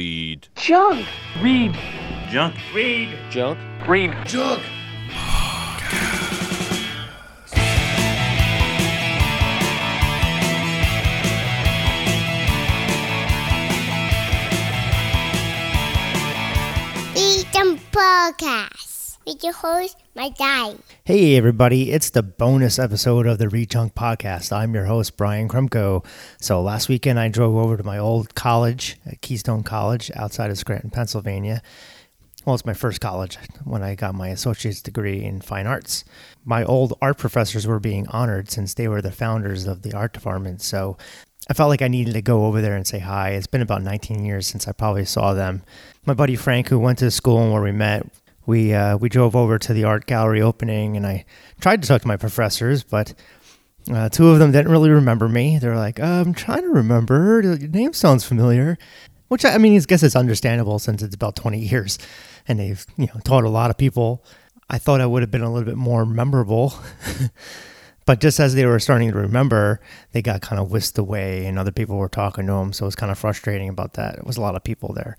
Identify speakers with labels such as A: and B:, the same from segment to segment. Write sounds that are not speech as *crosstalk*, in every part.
A: Read.
B: Junk.
C: Read.
A: Junk.
C: Read.
D: Junk.
C: Read.
A: Junk.
E: Freedom Podcast with your host, my dad.
F: Hey, everybody, it's the bonus episode of the Rejunk Podcast. I'm your host, Brian Krumko. So, last weekend I drove over to my old college, at Keystone College, outside of Scranton, Pennsylvania. Well, it's my first college when I got my associate's degree in fine arts. My old art professors were being honored since they were the founders of the art department. So, I felt like I needed to go over there and say hi. It's been about 19 years since I probably saw them. My buddy Frank, who went to school and where we met, we uh, we drove over to the art gallery opening, and I tried to talk to my professors, but uh, two of them didn't really remember me. They were like, uh, "I'm trying to remember. Your name sounds familiar," which I, I mean, I guess it's understandable since it's about 20 years, and they've you know taught a lot of people. I thought I would have been a little bit more memorable. But just as they were starting to remember, they got kind of whisked away, and other people were talking to them. So it was kind of frustrating about that. It was a lot of people there.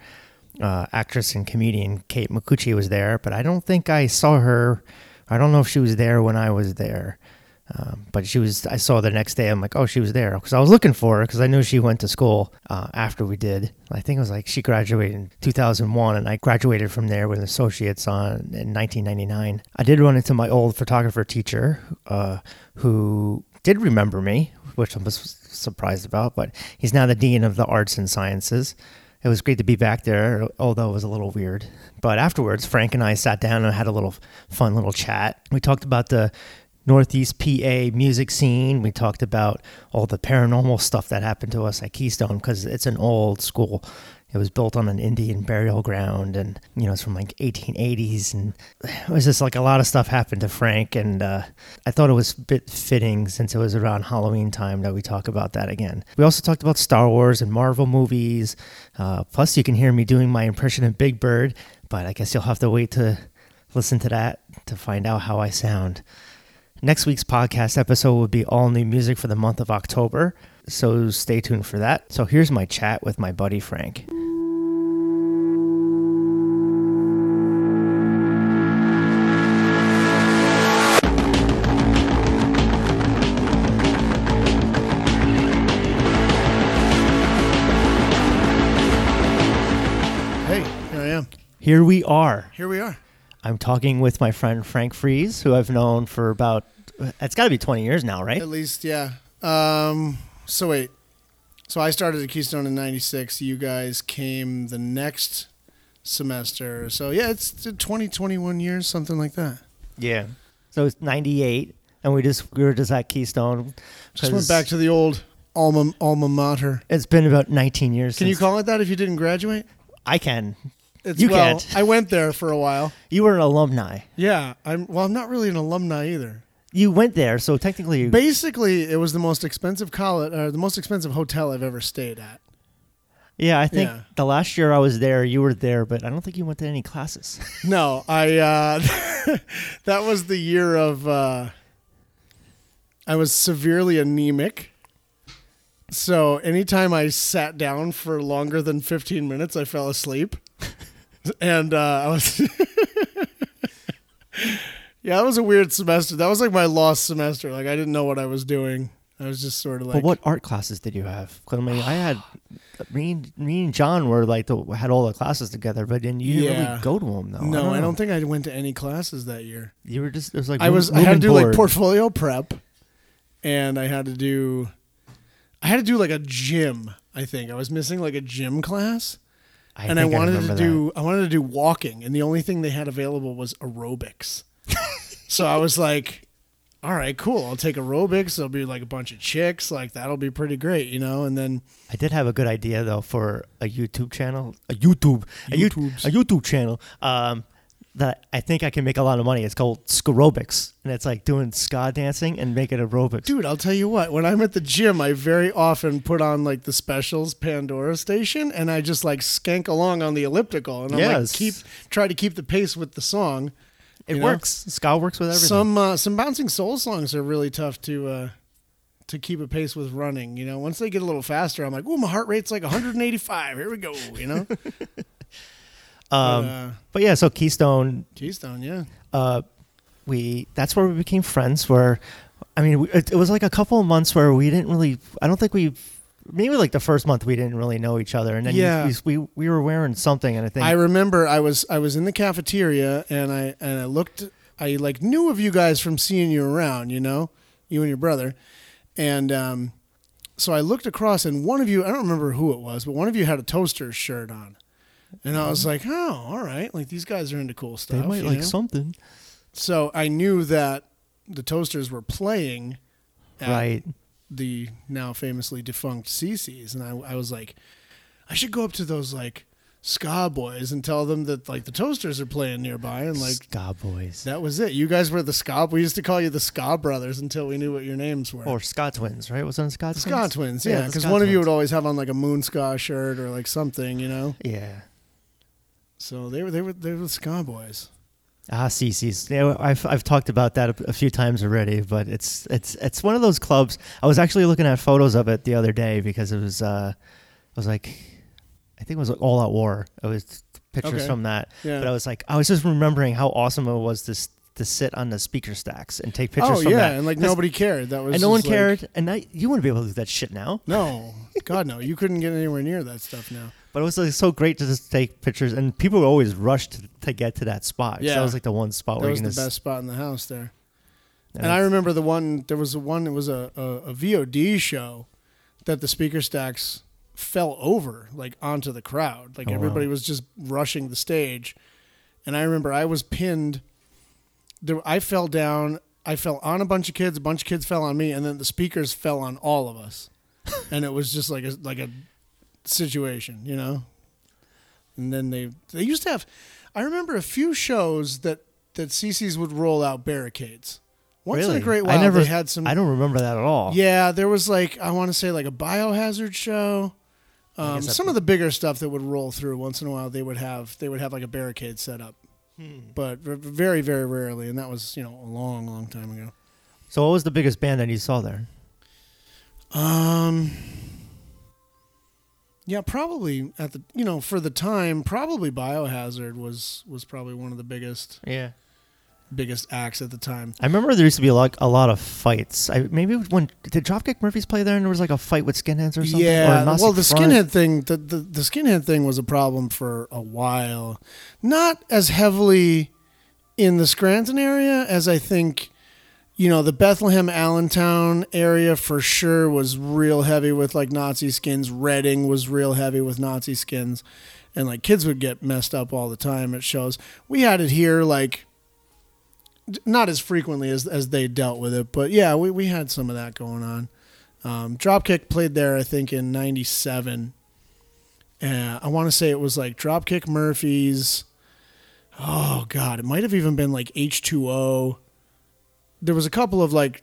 F: Uh, actress and comedian Kate Micucci was there, but I don't think I saw her. I don't know if she was there when I was there. Um, but she was. I saw the next day. I'm like, oh, she was there because I was looking for her because I knew she went to school uh, after we did. I think it was like she graduated in 2001, and I graduated from there with associates on in 1999. I did run into my old photographer teacher, uh, who did remember me, which I was surprised about. But he's now the dean of the arts and sciences. It was great to be back there, although it was a little weird. But afterwards, Frank and I sat down and had a little fun little chat. We talked about the Northeast PA music scene. We talked about all the paranormal stuff that happened to us at Keystone because it's an old school. It was built on an Indian burial ground, and you know it's from like 1880s, and it was just like a lot of stuff happened to Frank. And uh, I thought it was a bit fitting since it was around Halloween time that we talk about that again. We also talked about Star Wars and Marvel movies. Uh, plus, you can hear me doing my impression of Big Bird, but I guess you'll have to wait to listen to that to find out how I sound. Next week's podcast episode will be all new music for the month of October, so stay tuned for that. So here's my chat with my buddy Frank.
G: Hey, here I am.
F: Here we are.
G: Here we are.
F: I'm talking with my friend Frank Fries, who I've known for about it's got to be 20 years now, right?
G: At least, yeah. Um, so wait. So I started at Keystone in '96. You guys came the next semester. So yeah, it's 20, 21 years, something like that.
F: Yeah. So it's 98, and we just we were just at Keystone.
G: Just
F: 'cause
G: went back to the old alma alma mater.
F: It's been about 19 years.
G: Can you
F: since-
G: call it that if you didn't graduate?
F: I can.
G: It's,
F: You
G: well,
F: can't.
G: I went there for a while.
F: You were an alumni.
G: Yeah, I'm. Well, I'm not really an alumni either.
F: You went there, so technically, you-
G: Basically, it was the most expensive college, or the most expensive hotel I've ever stayed at.
F: yeah. I think
G: yeah.
F: the last year I was there, you were there, but I don't think you went to any classes.
G: No, I. Uh, *laughs* that was the year of. Uh, I was severely anemic. So anytime I sat down for longer than 15 minutes, I fell asleep. *laughs* And uh, I was. *laughs* yeah, that was a weird semester. That was like my lost semester. Like, I didn't know what I was doing. I was just sort of like.
F: but what art classes did you have? 'Cause, I mean, I had *sighs* me and, me and John were like the, had all the classes together, but then you didn't
G: Yeah.
F: really go to them though.
G: No, I
F: know.
G: don't think I went to any classes that year.
F: You were just it was like
G: I
F: room-
G: was I
F: room
G: had to
F: and
G: do like
F: board.
G: portfolio prep, and I had to do, I had to do like a gym. I think I was missing like a gym class, and I
F: think
G: wanted to
F: remember that.
G: do I wanted to do walking, and the only thing they had available was
F: *laughs*
G: aerobics. so I was like, all right, cool. I'll take aerobics. There'll be like a bunch of chicks. Like that'll be pretty great, you know. And then
F: I did have a good idea though for a YouTube channel, a YouTube, a, Yout-
G: YouTubes.
F: a YouTube channel. Um, that I think I can make a lot of money. It's called Scarobics, and it's like doing ska dancing and making aerobics.
G: Dude, I'll tell you what. When I'm at the gym, I very often put on like the specials Pandora station, and I just like skank along on the elliptical, and I'm
F: Yes.
G: like keep try to keep the pace with the song.
F: it
G: you know?
F: works. Ska works with everything.
G: Some uh, some bouncing soul songs are really tough to uh, to keep a pace with running. You know, once they get a little faster, I'm like, oh, my heart rate's like 185. Here we go. You
F: *laughs*
G: know,
F: Um,
G: But, uh,
F: but yeah, so Keystone,
G: Keystone. Yeah,
F: uh, we that's where we became friends. Where, I mean, we, it, it was like a couple of months where we didn't really. I don't think we. Maybe like the first month we didn't really know each other, and then you-
G: Yeah.
F: you- we we were wearing something, and I think
G: I remember I was I was in the cafeteria and I and I looked I like knew of you guys from seeing you around, you know, you and your brother, and um, so I looked across and one of you I don't remember who it was, but one of you had a toaster shirt on, and I was like, oh, all right, like these guys are into cool
F: they
G: stuff.
F: might
G: you
F: like
G: know?
F: something,
G: So I knew that the toasters were playing at
F: right?
G: the now famously defunct CC's, and I, I was like, I should go up to those like ska boys and tell them that like the toasters are playing nearby, and like
F: Ska boys
G: that was it. You guys were the ska. We used to call you the ska brothers until we knew what your names were.
F: or Ska twins, right? Wasn't it Ska twins?
G: ska twins, yeah,
F: Oh, the
G: because
F: Ska
G: one of you would
F: twins.
G: always have on like a moon ska shirt or like something, you know.
F: yeah.
G: So they were they were they were the ska boys.
F: Ah, CC's. Yeah, I've I've talked about that a, a few times already, but it's it's it's one of those clubs. I was actually looking at photos of it the other day because it was uh, it was like, I think it was All Out War. It was pictures
G: Okay.
F: from that.
G: Yeah.
F: But I was like, I was just remembering how awesome it was to s- to sit on the speaker stacks and take pictures.
G: oh
F: from
G: yeah,
F: that.
G: and like
F: 'Cause-
G: nobody cared. That was
F: and no one
G: just, like-
F: cared. and I, you wouldn't be able to do that shit now.
G: no, God no, you couldn't get anywhere near that stuff now.
F: But it was like so great to just take pictures, and people were always rushed to, to get to that spot. 'cause
G: Yeah.
F: that was like the one spot
G: That
F: where you
G: was
F: can
G: the
F: just.
G: best spot in the house there.
F: and
G: And I
F: it's-
G: remember the one. There was a one. It was a, a, a VOD show that the speaker stacks fell over like onto the crowd. Like
F: Oh, wow.
G: everybody was just rushing the stage, and I remember I was pinned. There, I fell down. I fell on a bunch of kids. A bunch of kids fell on me, and then the speakers fell on all of
F: *laughs*
G: us, and it was just like a like a situation, you know. And then they they used to have. I remember a few shows that that CC's would roll out barricades. Once
F: really?
G: in a great while,
F: I never
G: they had some.
F: I don't remember that at all.
G: Yeah, there was like I want to say like a biohazard show. Um,
F: guess I-
G: some of the bigger stuff that would roll through once in a while, they would have they would have like a barricade set up,
F: Hmm.
G: but v- very very rarely, and that was you know a long long time ago.
F: So what was the biggest band that you saw there?
G: Um, yeah, probably at the you know for the time, probably Biohazard was was probably one of the biggest
F: Yeah.
G: biggest acts at the time.
F: I remember there used to be like a lot of fights. I maybe when did Dropkick Murphys play there and there was like a fight with skinheads or something?
G: Yeah,
F: Or Nazi
G: well, the
F: Front?
G: skinhead thing, the, the the skinhead thing was a problem for a while, not as heavily in the Scranton area as I think. You know, the Bethlehem Allentown area for sure was real heavy with like Nazi skins. Reading was real heavy with Nazi skins. And like kids would get messed up all the time at shows. We had it here like d- not as frequently as, as they dealt with it, but yeah, we, we had some of that going on. Um, Dropkick played there, I think, in '97. Uh, I want to say it was like Dropkick Murphys. Oh God, it might have even been like H2O. There was a couple of like,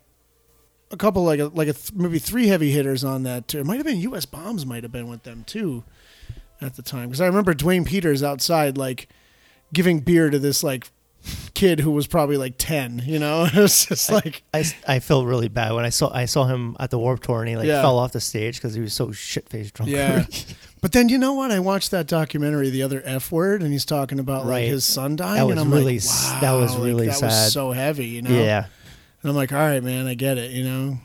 G: a couple like a, like a th- maybe three heavy hitters on that too. It might have been U.S. Bombs. Might have been with them too, at the time because I remember Dwayne Peters outside like giving beer to this like kid who was probably like ten. You know, *laughs* it was just like
F: I, s- I felt really bad when I saw I saw him at the Warp Tour and he like
G: Yeah.
F: fell off the stage because he was so shit faced *laughs* drunk.
G: Yeah. but then you know what? I watched that documentary, the other F word, and he's talking about like
F: Right.
G: his son dying.
F: That
G: and
F: was
G: I'm
F: really
G: like,
F: s-
G: wow,
F: that was
G: like,
F: really
G: that
F: sad.
G: Was so heavy, you know.
F: yeah.
G: And I'm like, all right, man, I get it. You know.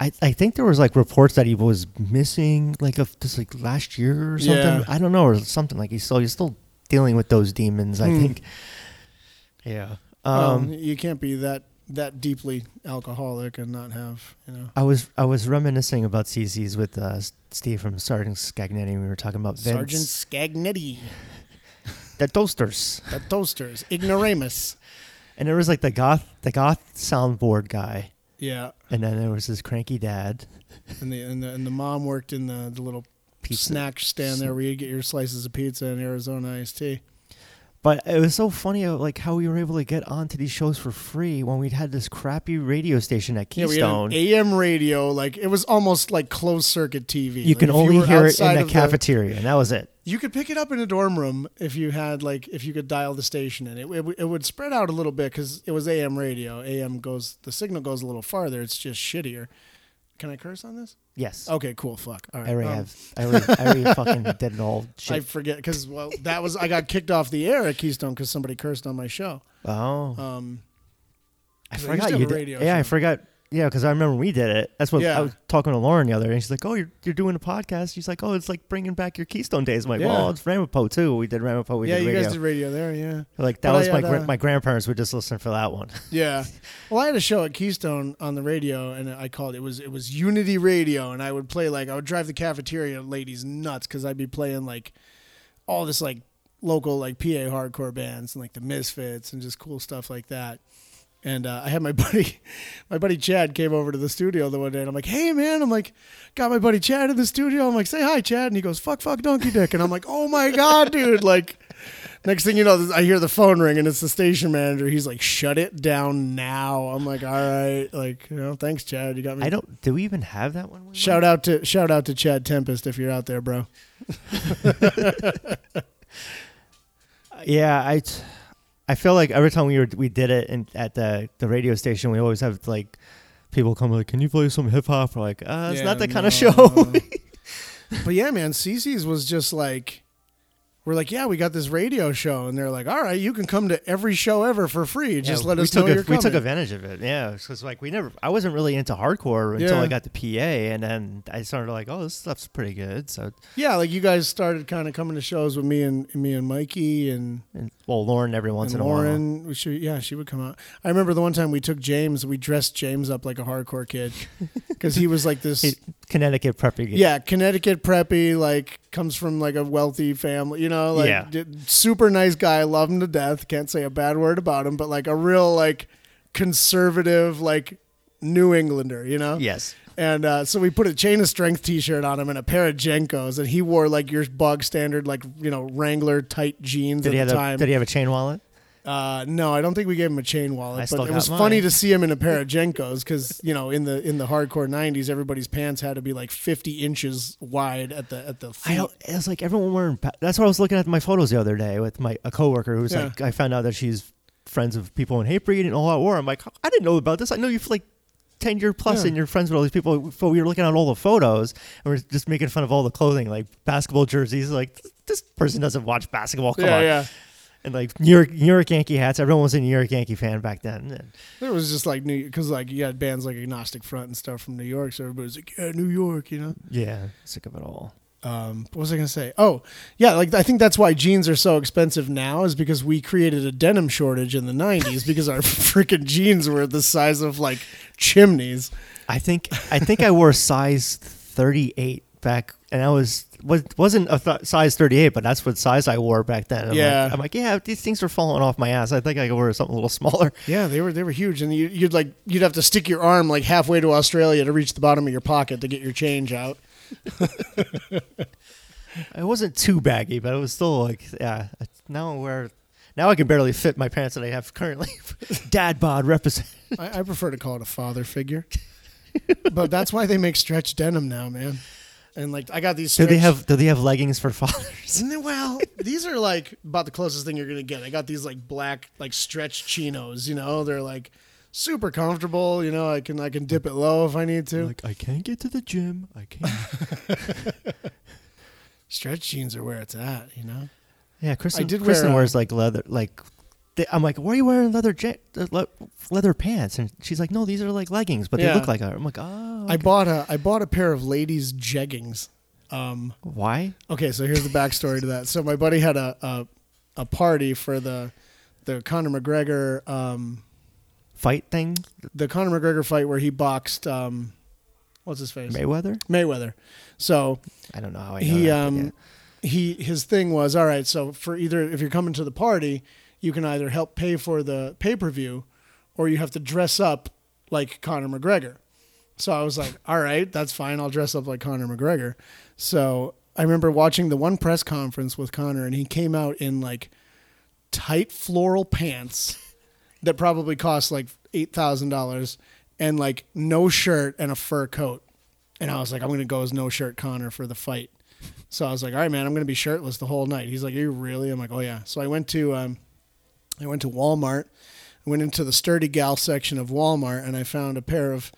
F: I, I think there was like reports that he was missing like of just like last year or something.
G: Yeah.
F: I don't know or something like he's still he's still dealing with those demons.
G: Hmm.
F: I think. Yeah.
G: Um,
F: Um,
G: you can't be that that deeply alcoholic and not have you know.
F: I was I was reminiscing about CC's with uh, S- Steve from Sergeant Scagnetti. We were talking about Vince,
G: Sergeant Scagnetti,
F: the Toasters,
G: the Toasters, Ignoramus. *laughs*
F: and there was like the goth the goth soundboard guy,
G: Yeah,
F: and then there was his cranky dad.
G: and the and the and the mom worked in the the little
F: Pizza.
G: snack stand there where you get your slices of pizza and Arizona iced tea.
F: But it was so funny, uh, like how we were able to get onto these shows for free when we'd had this crappy radio station at
G: Yeah, we had
F: Keystone.
G: an AM radio. Like it was almost like closed circuit TV. Like,
F: you can
G: if
F: only
G: were
F: hear it
G: outside
F: in the
G: of
F: cafeteria, and that was it.
G: you could pick it up in a dorm room if you had like if you could dial the station in. It it, would- it would spread out a little bit because it was AM radio. AM goes the signal goes a little farther. It's just shittier. Can I curse on this?
F: Yes.
G: Okay, cool. Fuck. All right.
F: I already
G: um,
F: have. I already, I already fucking did an
G: *laughs*
F: old
G: I
F: shit.
G: forget because well, that was I got kicked off the air at Keystone because somebody cursed on my show.
F: oh,
G: Um, 'cause I
F: I
G: used
F: forgot
G: to have
F: you
G: a
F: did.
G: radio
F: yeah, I
G: show.
F: forgot. Yeah, because I remember we did it. That's what
G: Yeah.
F: I was talking to Lauren the other day. and She's like, "Oh, you're, you're doing a podcast." She's like, "Oh, it's like bringing back your Keystone days." I'm like,
G: Yeah.
F: "Well, it's Ramapo too. We did Ramapo. We
G: yeah,
F: did
G: you
F: radio."
G: guys did radio there. Yeah.
F: like that
G: But I
F: was my
G: had,
F: gra-
G: uh,
F: my grandparents would just listen for that one.
G: *laughs* Yeah. Well, I had a show at Keystone on the radio, and I called it was it was Unity Radio, and I would play like I would drive the cafeteria ladies nuts because I'd be playing like all this like local like PA hardcore bands and like the Misfits and just cool stuff like that. And uh, I had my *laughs* buddy, my buddy Chad came over to the studio the one day, and I'm like, "Hey man," I'm like, "Got my buddy Chad in the studio." I'm like, "Say hi, Chad," and he goes, "Fuck, fuck, donkey dick," and I'm like, "Oh my god, dude!" Like, next thing you know, I hear the phone ring, and it's the station manager. He's like, "Shut it down now." I'm like, "All right," like, you know, thanks, Chad. You got me.
F: I don't. Do we even have that one?
G: Shout out to shout out to Chad Tempest if you're out there, bro.
F: Yeah, I, t- I feel like every time we were we did it in, at the the radio station, we always have like people come like, "Can you play some hip hop?" We're like, uh, "It's
G: Yeah,
F: not that kind
G: no.
F: of show." *laughs*
G: But yeah, man, CC's was just like, we're like, yeah, we got this radio show, and they're like, all right, you can come to every show ever for free. Just
F: Yeah,
G: let
F: we
G: us
F: took
G: know
F: a-
G: you're
F: We
G: coming.
F: took advantage of it. Yeah, because like we never. I wasn't really into hardcore until
G: Yeah.
F: I got to PA, and then I started like, "Oh, this stuff's pretty good." So,
G: yeah, like you guys started kind of coming to shows with me and me and Mikey and,
F: and, well, Lauren every once
G: and
F: in a while.
G: Lauren. We should, yeah, she would come out. I remember the one time we took James, we dressed James up like a hardcore
F: *laughs*
G: kid because he was like this.
F: Hey, Connecticut preppy.
G: yeah, Connecticut preppy, like comes from like a wealthy family, you know, like
F: Yeah.
G: d- super nice guy, love him to death, can't say a bad word about him, but like a real like conservative like New Englander, you know?
F: Yes.
G: And uh, so we put a chain of strength T-shirt on him and a pair of Jenkos, and he wore like your bog standard, like you know Wrangler tight jeans
F: Did he
G: at
F: have
G: the
F: a,
G: time.
F: Did he have a chain wallet?
G: Uh, no, I don't think we gave him a chain wallet,
F: I still
G: but it
F: got
G: was
F: mine.
G: funny to see him in a pair of Jenkos because you know in the in the hardcore '90s, everybody's pants had to be like 50 inches wide at the at the feet.
F: I don't. It was like everyone wearing. pa- That's what I was looking at my photos the other day with my a coworker who's
G: Yeah.
F: like. I found out that she's friends of people in Hatebreed and All Out War. I'm like, I didn't know about this. I know you have like ten year plus
G: Yeah.
F: and you're friends with all these people. But we were looking at all the photos and we're just making fun of all the clothing, like basketball jerseys. Like this, this person doesn't watch basketball. Come
G: yeah,
F: on.
G: yeah.
F: And like New York, New York Yankee hats. Everyone was a New York Yankee fan back then. And
G: There was just like new because like you had bands like Agnostic Front and stuff from New York, so everybody's like, yeah, New York, you know.
F: yeah, sick of it all.
G: um, what was I going to say? Oh, yeah, like I think that's why jeans are so expensive now is because we created a denim shortage in the 90s because our *laughs* freaking jeans were the size of like chimneys.
F: I think I think I wore size 38 back, and I was was wasn't a th- size 38, but that's what size I wore back then. I'm
G: Yeah.
F: like, I'm like, yeah, these things are falling off my ass. I think I could wear something a little smaller.
G: Yeah, they were they were huge and you, you'd like you'd have to stick your arm like halfway to Australia to reach the bottom of your pocket to get your change out.
F: It wasn't too baggy, but it was still like, yeah. Now I wear, now I can barely fit my pants that I have currently. *laughs* Dad bod represent.
G: I, I prefer to call it a father *laughs* figure. but that's why they make stretch denim now, man. And like I got these
F: Do
G: stretch
F: *laughs* they have do they have leggings for fathers?
G: And then, well, these are like about the closest thing you're gonna get. I got these like black like stretch chinos. You know, they're like super comfortable. You know, I can I can dip it low if I need to.
F: *laughs* Like I can't get to the gym. I can't.
G: stretch jeans are where it's at. You know.
F: Yeah, Kristen,
G: did
F: Kristen
G: wear, uh,
F: wears like leather, like. They, I'm like, why are you wearing leather ja- uh, le- leather pants? And she's like, no, these are like leggings, but
G: Yeah.
F: they look like. Her. I'm like, oh,
G: I bought a I bought a pair of ladies jeggings. Um,
F: why?
G: Okay, so here's the backstory to that. So my buddy had a a, a party for the the Conor McGregor um,
F: Fight thing,
G: the Conor McGregor fight where he boxed um, what's his face
F: Mayweather.
G: Mayweather. So
F: I don't know how Oh, I know
G: he
F: that, but
G: um he his thing was all right so for either if you're coming to the party you can either help pay for the pay-per-view or you have to dress up like Conor McGregor so I was like all right that's fine I'll dress up like Conor McGregor so I remember watching the one press conference with Conor and he came out in like tight floral pants that probably cost like $8,000 and like no shirt and a fur coat and I was like, I'm gonna go as no shirt Connor for the fight. So I was like, all right, man, I'm gonna be shirtless the whole night. He's like, Are you really? I'm like, oh yeah. So I went to um, I went to Walmart, I went into the sturdy gal section of Walmart, and I found a pair of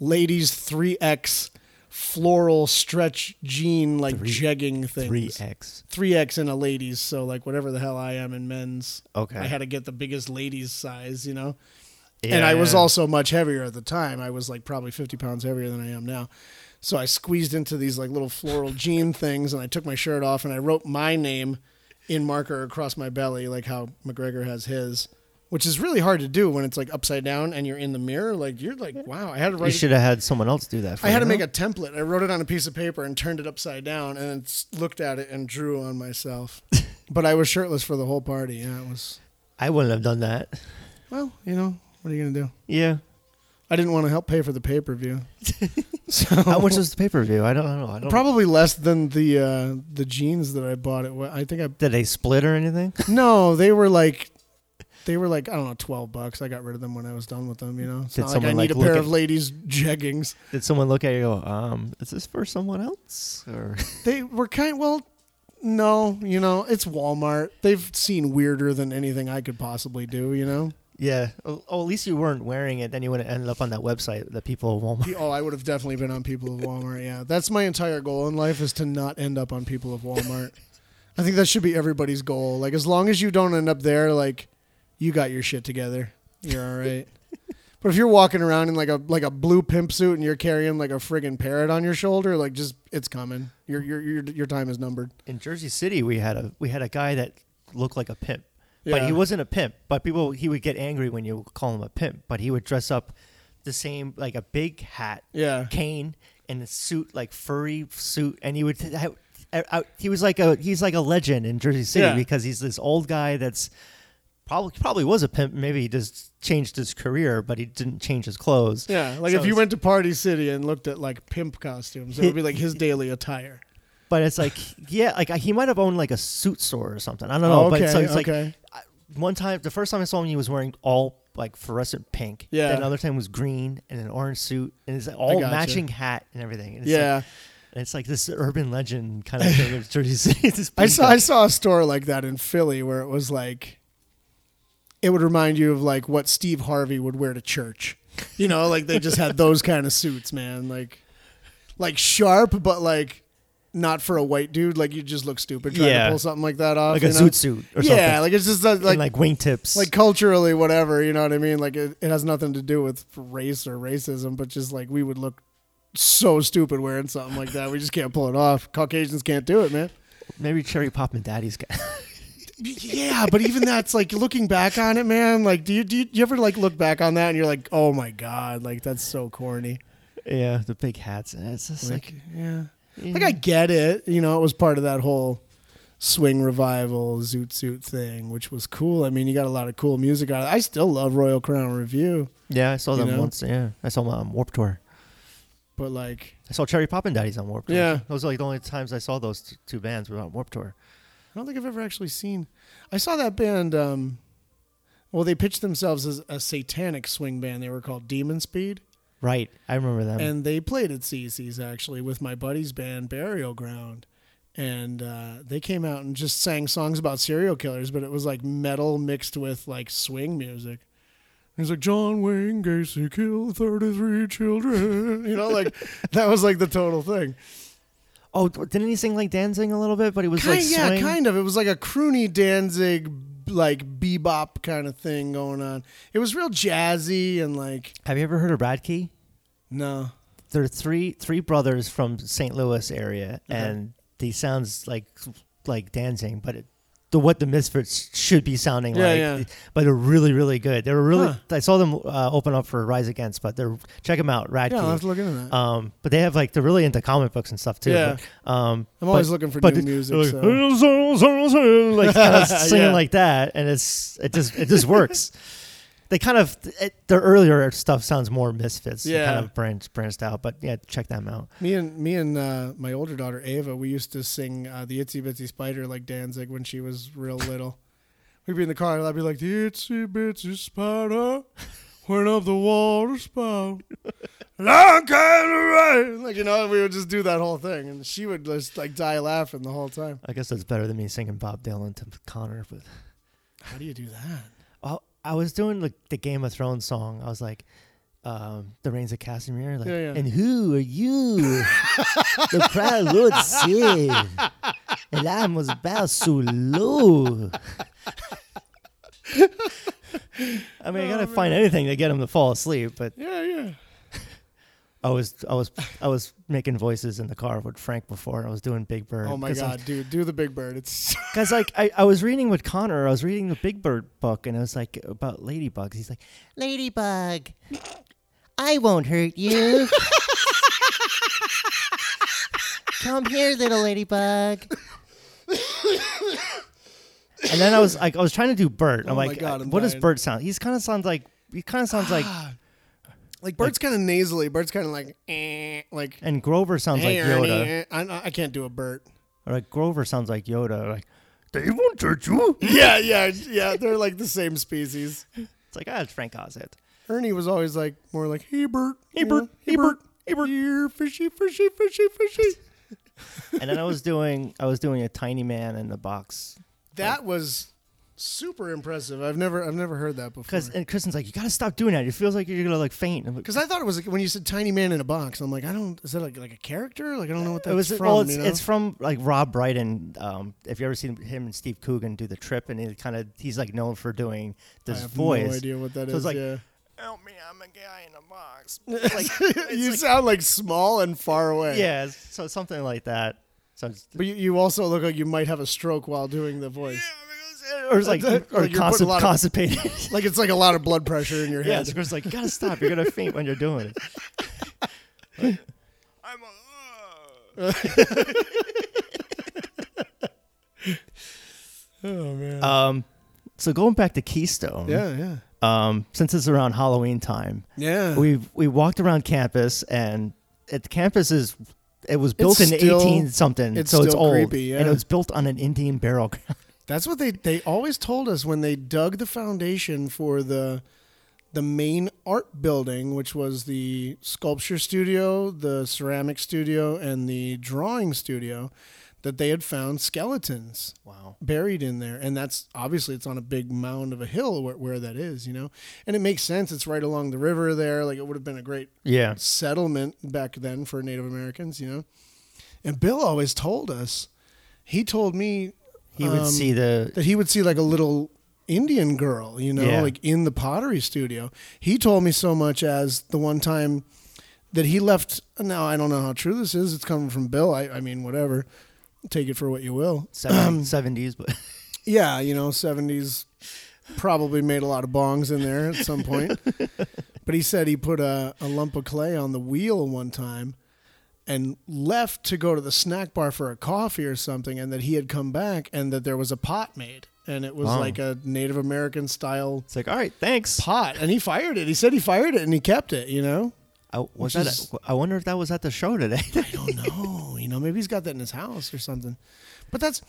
G: ladies 3X floral stretch jean like jegging things.
F: Three X.
G: 3X in a ladies, so like whatever the hell I am in men's.
F: Okay.
G: I had to get the biggest ladies size, you know? and I was also much heavier at the time. I was like probably 50 pounds heavier than I am now. So I squeezed into these like little
F: *laughs*
G: floral jean things and I took my shirt off and I wrote my name in marker across my belly, like how McGregor has his, which is really hard to do when it's like upside down and you're in the mirror. Like you're like, wow, I had to
F: You
G: write.
F: should have had someone else do that. For
G: I had
F: you,
G: to make
F: no?
G: a template. I wrote it on a piece of paper and turned it upside down and then s- looked at it and drew on
F: *laughs*
G: myself. but I was shirtless for the whole party. Yeah, it was,
F: I wouldn't have done that.
G: well, you know, what are you going to do? *laughs*
F: Yeah.
G: I didn't want to help pay for the pay per view.
F: How much was the pay per view? I don't know. I don't.
G: Probably less than the uh, the jeans that I bought. It. wa- I think I
F: Did they split or anything? *laughs*
G: no. They were like, they were like I don't know, twelve bucks. I got rid of them when I was done with them. You know, it's
F: Did
G: not like I
F: someone, like,
G: need a
F: look
G: pair
F: at-
G: of ladies jeggings.
F: Did someone look at you? and go, Um, is this for someone else? Or *laughs*
G: They were kind. Well, no, you know, it's Walmart. They've seen weirder than anything I could possibly do. You know,
F: yeah. Oh, oh, at least you weren't wearing it. Then you wouldn't end up on that website that people will.
G: The- oh, I would have definitely been on People of Walmart. Yeah, that's my entire goal in life is to not end up on People of Walmart. I think that should be everybody's goal. Like as long as you don't end up there, like you got your shit together. You're all *laughs* right. but if you're walking around in like a like a blue pimp suit and you're carrying like a friggin' parrot on your shoulder, like just it's coming. Your your your your time is numbered.
F: in Jersey City, we had a we had a guy that looked like a pimp, but
G: Yeah.
F: he wasn't a pimp. But people he would get angry when you call him a pimp. But he would dress up the same like a big hat,
G: Yeah.
F: cane, and a suit like furry suit, and he would. I- I- uh, he was like a he's like a legend in Jersey City
G: Yeah.
F: because he's this old guy that's probably probably was a pimp. Maybe he just changed his career, but he didn't change his clothes.
G: Yeah, like
F: So
G: if you
F: it's-
G: went to Party City and looked at like pimp costumes, it would be like *laughs* his daily attire.
F: But it's like, yeah, like he might have owned like a suit store or something. I don't know.
G: Oh,
F: but so
G: okay,
F: it's
G: okay.
F: like I, one time, the first time I saw him, he was wearing all like fluorescent pink.
G: Yeah.
F: Then another time was green and an orange suit and it's like, all
G: gotcha.
F: matching hat and everything. And it's
G: Yeah.
F: Like, and it's like this urban legend kind of thing of Jersey *laughs* City. This
G: I
F: pimp
G: saw I
F: guy.
G: saw a store like that in Philly where it was like it would remind you of like what Steve Harvey would wear to church. You know, like they just *laughs* had those kind of suits, man. Like like sharp but like not for a white dude. Like you just look stupid trying
F: Yeah.
G: to pull something like that off.
F: like
G: you
F: a
G: know?
F: zoot suit or
G: yeah,
F: something.
G: like it's just that,
F: Like,
G: like
F: like wingtips.
G: like culturally whatever, you know what I mean? Like it, it has nothing to do with race or racism, but just like we would look so stupid wearing something like that. We just can't pull it off. Caucasians can't do it, man.
F: maybe Cherry Pop and Daddy's guy.
G: Yeah, but even that's like looking back on it, man. Like, do you do you, you ever like look back on that and you're like, oh my god, like that's so corny.
F: *laughs* yeah, the big hats. And it's just like,
G: Like, yeah, like I get it. You know, it was part of that whole swing revival zoot suit thing, which was cool. I mean, you got a lot of cool music out. of it. I still love Royal Crown Review,
F: yeah, I saw
G: You
F: them
G: know?
F: once. Yeah, I saw them on Warp Tour.
G: but like,
F: I saw Cherry Pop and Daddy's on Warp Tour.
G: Yeah.
F: those are like the only times I saw those t- two bands were on Warp Tour.
G: I don't think I've ever actually seen. I saw that band. um Well, they pitched themselves as a satanic swing band. They were called Demon Speed.
F: Right, I remember them.
G: and they played at CC's actually with my buddy's band Burial Ground, and uh, they came out and just sang songs about serial killers, but it was like metal mixed with like swing music. He's like John Wayne Gacy killed thirty three children, *laughs* you know, like that was like the total thing.
F: oh, d- didn't he sing like dancing a little bit? But he was
G: Kind,
F: like
G: yeah,
F: swing?
G: kind of. It was like a croony Danzig like bebop kind of thing going on. It was real jazzy and like
F: Have you ever heard of Radke?
G: no.
F: There are three three brothers from St. Louis area,
G: Uh-huh.
F: and they sounds like like dancing, but it, the what the Misfits should be sounding
G: Yeah,
F: like.
G: yeah.
F: But they're really really good. They were really.
G: Huh.
F: I saw them uh, open up for Rise Against, but they're check them out, Radke.
G: Yeah, I'll have to look into that.
F: um, but they have like they're really into comic books and stuff too.
G: Yeah.
F: But, um,
G: I'm always
F: but-
G: looking for
F: but
G: new
F: it-
G: music.
F: *laughs* like,
G: so.
F: like kind of
G: *laughs*
F: singing
G: Yeah.
F: like that, and it's it just it
G: *laughs*
F: just works. They kind of it, their earlier stuff sounds more misfits. They
G: Yeah.
F: kind of branched branched out, but yeah, check them out.
G: Me and me and uh, my older daughter Ava, we used to sing uh, the Itsy Bitsy Spider like Danzig when she was real little. We'd be in the car and I'd be like, the Itsy Bitsy Spider went up the water spout. Long kind of rain. Like, you know, and we would just do that whole thing. And she would just like die laughing the whole time.
F: I guess that's better than me singing Bob Dylan to Connor. But
G: How do you do that?
F: oh, I was doing like the Game of Thrones song. I was like, um, the reigns of Casimir. Like,
G: Yeah, yeah.
F: and who are you? the proud lord said, and I must bow so low. I mean, I gotta find anything to get him to fall asleep. But
G: Oh, Yeah, yeah.
F: I was, I was, I was making voices in the car with Frank before, and I was doing Big Bird.
G: Oh my
F: 'cause I-
G: god, dude, do the Big Bird. It's
F: Cause like I, I was reading with Connor, I was reading the Big Bird book, and I was like about ladybugs. He's like, "Ladybug, I won't hurt you. Come here, little ladybug." and then I was like, I was trying to do Bert. I'm
G: Oh my
F: like, "Uh,
G: God, I'm
F: what does
G: dying. Ah.
F: Bert sound? He's kind of sounds like he kind of sounds like,
G: *laughs* like Bert's kind of nasally. Bert's kind of like eh, like
F: and Grover sounds
G: hey,
F: like
G: Ernie,
F: Yoda,
G: eh. I, I can't do a
F: *laughs*
G: Bert.
F: or like Grover sounds like Yoda. Like they won't hurt you.
G: Yeah, yeah, yeah. They're like the same species.
F: It's like ah, it's Frank Oz.
G: Ernie was always like more like hey Bert,
F: Hey,
G: you know,
F: Bert, hey, Bert,
G: hey Bert, here fishy, fishy, fishy, fishy.
F: and then I was doing I was doing a tiny man in the box
G: That was super impressive. I've never I've never heard that before.
F: because and Kristen's like you gotta stop doing that. It feels like you're gonna like faint. I'm like,
G: Because I thought it was like when you said tiny man in a box. I'm like, I don't. Is that like, like a character? Like I don't know what that's
F: it was
G: from.
F: well, it's,
G: you know?
F: it's from like Rob Brydon. Um, if you ever seen him and Steve Coogan do the trip, and he kind of he's like known for doing this
G: I have
F: voice.
G: no idea what that is.
F: so it's like,
G: yeah.
F: Help me, I'm a guy in a *laughs* box. It's like, it's
G: you
F: like-
G: sound like small and far away.
F: yeah, it's- so something like that. So it's,
G: But you, you also look like you might have a stroke while doing the voice.
F: or it's like
G: Like
F: or
G: you're putting a
F: constip-
G: lot of-
F: constipated.
G: Like it's like a lot of blood pressure in your
F: *laughs* Yeah,
G: head.
F: it's Chris like, you gotta stop. You're gonna faint when you're doing it. *laughs* I'm a. uh.
G: *laughs* Oh man.
F: Um, so going back to Keystone.
G: yeah, yeah.
F: Um, since it's around Halloween time,
G: Yeah.
F: we we walked around campus, and at the campus is it was built
G: It's
F: in
G: still-
F: 18 something,
G: it's
F: so it's
G: still
F: old,
G: creepy, yeah.
F: and it was built on an Indian burial *laughs* ground.
G: That's what they they always told us when they dug the foundation for the the main art building, which was the sculpture studio, the ceramic studio, and the drawing studio, that they had found skeletons
F: Wow.
G: buried in there, and that's obviously it's on a big mound of a hill where, where that is, you know, and it makes sense. It's right along the river there. Like it would have been a great
F: Yeah.
G: settlement back then for Native Americans, you know. And Bill always told us, he told me
F: He would
G: um,
F: see the.
G: that he would see like a little Indian girl, you know,
F: Yeah.
G: like in the pottery studio. He told me so much as the one time that he left. Now I don't know how true this is. It's coming from Bill. I, I mean, whatever. Take it for what you will. *clears throat*
F: 70s, but *laughs*
G: Yeah, you know, seventies probably made a lot of bongs in there at some point. but he said he put a, a lump of clay on the wheel one time and left to go to the snack bar for a coffee or something and that he had come back and that there was a pot made and it was
F: Wow.
G: like a Native American style
F: it's like, all right, thanks.
G: pot and he fired it. He said he fired it and he kept it, you know?
F: I, was
G: Which
F: that
G: is-
F: at- I wonder if that was at the
G: *laughs*
F: show today.
G: don't know. You know, maybe he's got that in his house or something. But that's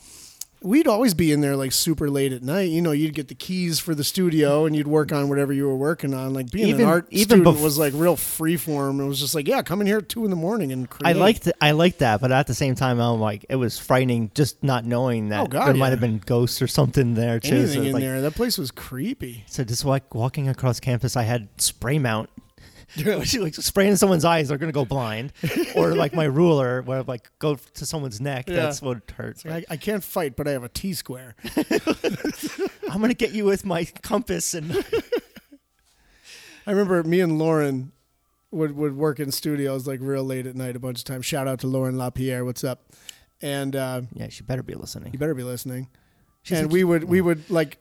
G: we'd always be in there like super late at night. You know, you'd get the keys for the studio and you'd work on whatever you were working on. Like being
F: Even-
G: an art
F: even
G: student
F: bef-
G: was like real free form. It was just like, yeah, come in here at two in the morning and
F: *laughs* I
G: create.
F: liked I liked that, but at the same time, I'm like, it was frightening just not knowing that
G: Oh, God,
F: there might
G: yeah.
F: have been ghosts or something there too.
G: anything
F: so,
G: in
F: uh, like-
G: there. That place was creepy.
F: so just like walking across campus, I had
G: *laughs*
F: spray mount. *laughs* Which is, like spraying someone's eyes, they're gonna
G: *laughs*
F: go blind, or like my ruler, where I'm, like go to someone's neck.
G: Yeah.
F: That's what hurts.
G: I, I can't fight, but I have a T square.
F: I'm gonna get you with my compass and
G: *laughs* I remember me and Lauren would, would work in studios like real late at night a bunch of times. Shout out to Lauren LaPierre. What's up? And uh,
F: yeah, she better be
G: you
F: listening.
G: better be listening.
F: She's
G: and
F: a-
G: we would we would like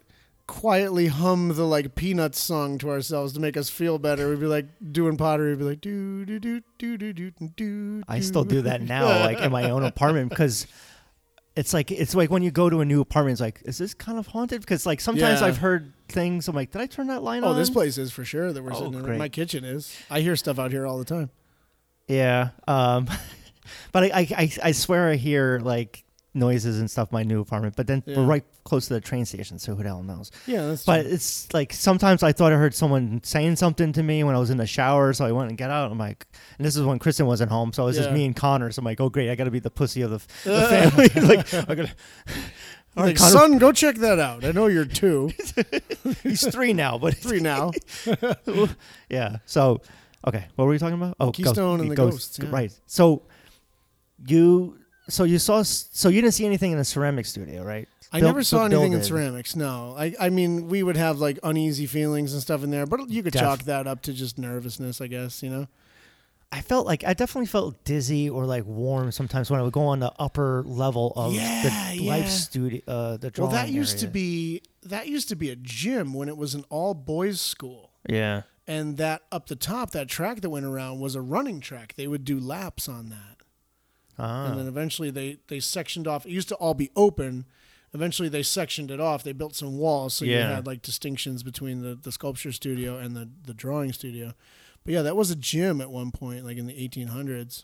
G: quietly hum the like peanuts song to ourselves to make us feel better. We'd be like doing pottery, we'd be like do do do do do do do do.
F: I still do that
G: Mm.
F: now, like
G: *laughs*
F: in my own apartment, because it's like it's like when you go to a new apartment, it's like, is this kind of haunted? Because like sometimes
G: Yeah.
F: I've heard things. I'm like, did I turn that line
G: Oh,
F: on?
G: this place is for sure that we're
F: Oh,
G: sitting in.
F: great.
G: My kitchen is. I hear stuff out here all the time.
F: Yeah. Um, *laughs* but I, I, I, I swear I hear like noises and stuff in my new apartment. But then we're
G: Yeah.
F: right close to the train station, so who the hell knows?
G: Yeah, that's
F: But
G: true.
F: it's like sometimes I thought I heard someone saying something to me when I was in the shower, so I went and got out. I'm like, and this is when Kristen wasn't home, so it was just
G: Yeah.
F: me and Connor. So I'm like, oh great, I got to be the pussy of the,
G: *laughs*
F: f- the family. *laughs* like, I gotta, all right,
G: like,
F: Connor,
G: son, go check that out. I know you're
F: *laughs*
G: two, *laughs*
F: he's three now, but
G: three now.
F: *laughs* yeah. So Okay, what were we talking about? Oh, ghost-
G: Keystone and the ghosts, yeah.
F: Right. So you so you saw s- so you didn't see anything in a ceramic studio, right?
G: I
F: Bill-
G: never saw
F: Bill
G: anything in
F: did.
G: ceramics. No, I, I mean we would have like uneasy feelings and stuff in there, but you could
F: Def-
G: chalk that up to just nervousness, I guess. You know,
F: I felt like I definitely felt dizzy or like warm sometimes when I would go on the upper level of
G: Yeah,
F: the life
G: yeah.
F: studio, uh, the
G: well
F: drawing.
G: that used to
F: area.
G: be that used to be a gym when it was an all boys school,
F: yeah.
G: and that up the top that track that went around was a running track. They would do laps on that. and
F: Ah,
G: then eventually they they sectioned off. It used to all be open. Eventually they sectioned it off. They built some walls, so you
F: Yeah.
G: had like distinctions between the the sculpture studio and the the drawing studio. But yeah, that was a gym at one point, like in the 1800s.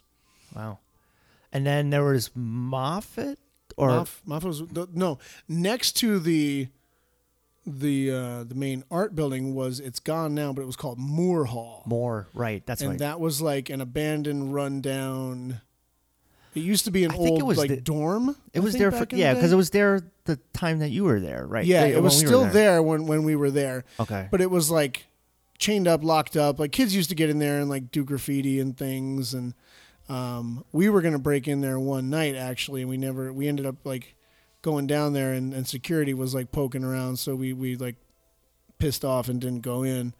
F: wow. And then there was Moffat or
G: Moff, Moff was the, no next to the the uh, the main art building was it's gone now, but it was called Moore Hall,
F: Moore, right? That's
G: and
F: right.
G: that was like an abandoned, rundown. It used to be an
F: I think
G: old
F: it was
G: like
F: the-
G: dorm.
F: it
G: I
F: was
G: think,
F: there for
G: back in the
F: yeah,
G: day.
F: because it was there the time that you were there, right?
G: Yeah,
F: They-
G: it was
F: when we were
G: still there. when when we were there.
F: Okay.
G: But it was like chained up, locked up. Like kids used to get in there and like do graffiti and things and um, we were gonna break in there one night actually and we never we ended up like going down there and, and security was like poking around so we, we like pissed off and didn't go in.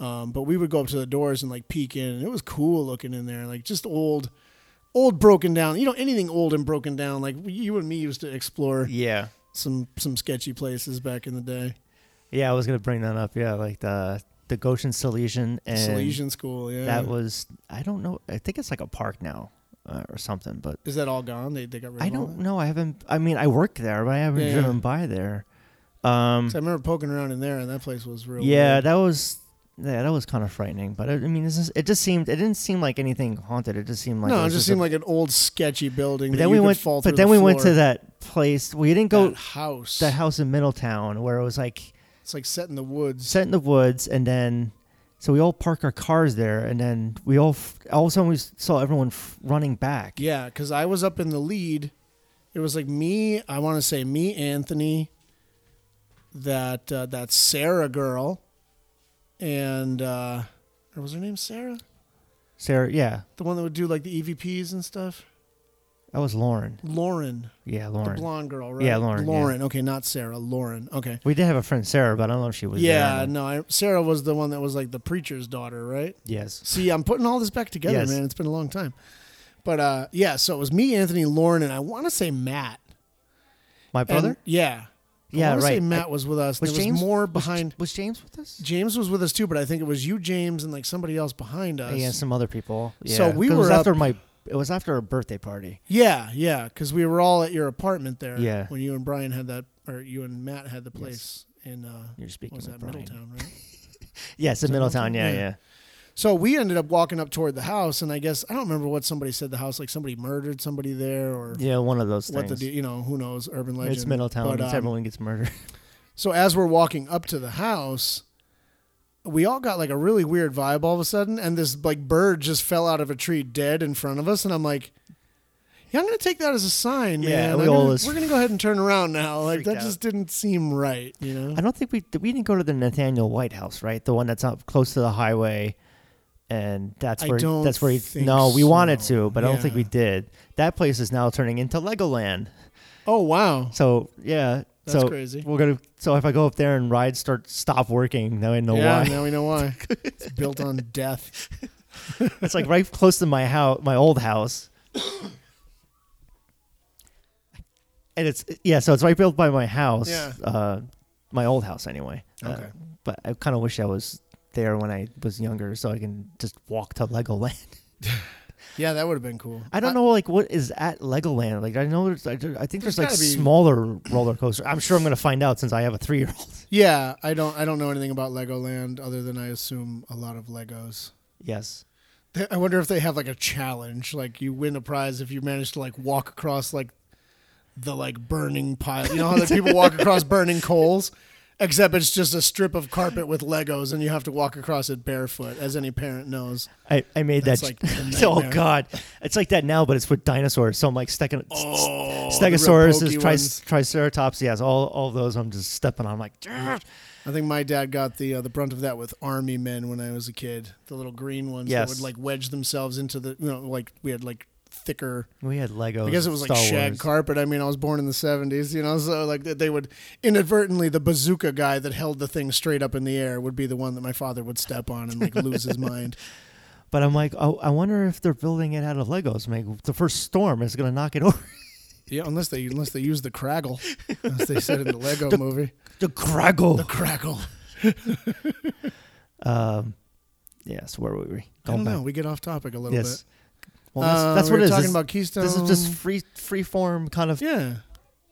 G: Um, but we would go up to the doors and like peek in and it was cool looking in there, like just old old broken down you know, anything old and broken down, like you and me used to explore
F: Yeah.
G: some some sketchy places back in the day.
F: Yeah, I was gonna bring that up. Yeah, like the the Goshen Silesian and
G: Salesian school, yeah.
F: that was I don't know. I think it's like a park now uh, or something. But
G: Is that all gone? They they got rid
F: I
G: of all
F: don't
G: that?
F: know. I haven't. I mean, I worked there, but I haven't
G: Yeah.
F: driven by there. Um,
G: 'Cause I remember poking around in there, and that place was real.
F: yeah,
G: weird.
F: that was yeah, that was kind of frightening. But I, I mean, this is, it just seemed it didn't seem like anything haunted. It just seemed like
G: no,
F: was
G: it just
F: a-
G: seemed like an old sketchy building.
F: But
G: that
F: then
G: you
F: we
G: could
F: went.
G: fall
F: But
G: through
F: then
G: the
F: we went to
G: floor.
F: that place. We didn't go
G: That house.
F: that house in Middletown where it was like
G: It's like set in the woods.
F: set in the woods, and then so we all park our cars there, and then we all f- all of a sudden we saw everyone f- running back.
G: Yeah, because I was up in the lead. It was like me. I want to say me, Anthony. That uh, that Sarah girl, and uh, or was her name Sarah?
F: Sarah, yeah,
G: The one that would do like the EVPs and stuff.
F: that was Lauren.
G: Lauren.
F: Yeah, Lauren.
G: The blonde girl, right?
F: Yeah, Lauren, yeah.
G: Lauren. Okay, not Sarah. Lauren. Okay.
F: We did have a friend Sarah, but I don't know if she was. uh,
G: yeah,
F: there.
G: no, I, Sarah was the one that was like the preacher's daughter, right?
F: Yes.
G: See, I'm putting all this back together,
F: Yes.
G: man. It's been a long time. But uh, yeah, so it was me, Anthony, Lauren, and I want to say Matt.
F: My
G: And-
F: brother.
G: yeah.
F: Yeah,
G: I wanna say
F: right.
G: Matt was with us.
F: was
G: there
F: James
G: was more behind.
F: Was, James with us?
G: James was with us too, but I think it was you, James, and like somebody else behind us.
F: Yeah, some other people. Yeah.
G: So we
F: 'Cause it was
G: were up-
F: after my. It was after a birthday party.
G: Yeah, yeah, because we were all at your apartment there.
F: Yeah.
G: when you and Brian had that, or you and Matt had the place in. Uh,
F: You're speaking
G: what was
F: with
G: that
F: Brian.
G: Middletown, right?
F: Yes, in Middletown. Yeah,
G: Middletown?
F: yeah.
G: Yeah. So we ended up walking up toward the house, and I guess I don't remember what somebody said. The house, like somebody murdered somebody there, or
F: Yeah, one of those
G: what
F: things.
G: the de- you know who knows urban legend.
F: it's Middletown.
G: But,
F: it's
G: um,
F: everyone gets murdered.
G: So as we're walking up to the house, we all got like a really weird vibe all of a sudden, and this like bird just fell out of a tree dead in front of us, and I'm like. Yeah, I'm gonna take that as a sign,
F: Yeah,
G: man.
F: we
G: I'm
F: all
G: gonna-
F: was
G: we're gonna go ahead and turn around now. Like
F: freaked
G: that
F: out.
G: just didn't seem right, you know.
F: I don't think we we didn't go to the Nathaniel White House, right? The one that's up close to the highway, and that's
G: I
F: where
G: don't
F: that's where. He,
G: think
F: no, we wanted
G: so.
F: to, but I don't think we
G: Yeah.
F: did. That place is now turning into Legoland.
G: Oh wow,
F: So yeah,
G: That's
F: so
G: crazy.
F: We're gonna. So if I go up there and rides start stop working, now I know
G: yeah,
F: why.
G: now we know
F: *laughs*
G: why. it's built on death.
F: It's like right close to my house, my old house. And it's yeah, so it's right built by my house,
G: Yeah.
F: uh, my old house anyway. Uh,
G: Okay.
F: but I kind of wish I was there when I was younger, so I can just walk to Legoland. *laughs*
G: Yeah, that would have been cool.
F: I don't know, like what is at Legoland? Like I know, there's, I, I think there's,
G: There's
F: like
G: gotta be-
F: smaller roller coaster. I'm sure I'm gonna find out since I have a three year old.
G: Yeah, I don't I don't know anything about Legoland other than I assume a lot of Legos.
F: *laughs* Yes,
G: I wonder if they have like a challenge, like you win a prize if you manage to like walk across like the like burning pile. You know how the people walk across burning coals? Except it's just a strip of carpet with Legos, and you have to walk across it barefoot, as any parent knows.
F: I, I made
G: That's
F: that.
G: like the
F: *laughs* oh
G: nightmare.
F: God, it's like that now, but it's with dinosaurs. So I'm like stecking.
G: Oh, the real
F: Stegosaurus,
G: pokey
F: is tri-
G: ones.
F: Triceratops, yes, all all those. I'm just stepping on. I'm like, "Grr."
G: I think my dad got the uh, the brunt of that with army men when I was a kid. The little green ones
F: Yes.
G: that would like wedge themselves into the you know like we had like thicker.
F: we had Legos.
G: I guess it was like shag carpet. I mean, I was born in the '70s, you know, so like they- they would inadvertently the bazooka guy that held the thing straight up in the air would be the one that my father would step on and like lose his mind.
F: But I'm like, oh, I wonder if they're building it out of Legos. Like the first storm is gonna knock it *laughs* over.
G: *laughs* Yeah, unless they unless they use the craggle, as they said in *laughs* the Lego movie,
F: the craggle.
G: craggle.
F: yes, where were we?
G: I don't know. We get off topic a little bit.
F: Yes.
G: Uh,
F: Well, that's, that's
G: we
F: what
G: were
F: it is.
G: Talking
F: This-
G: about Keystone.
F: this is just free free form kind of
G: yeah.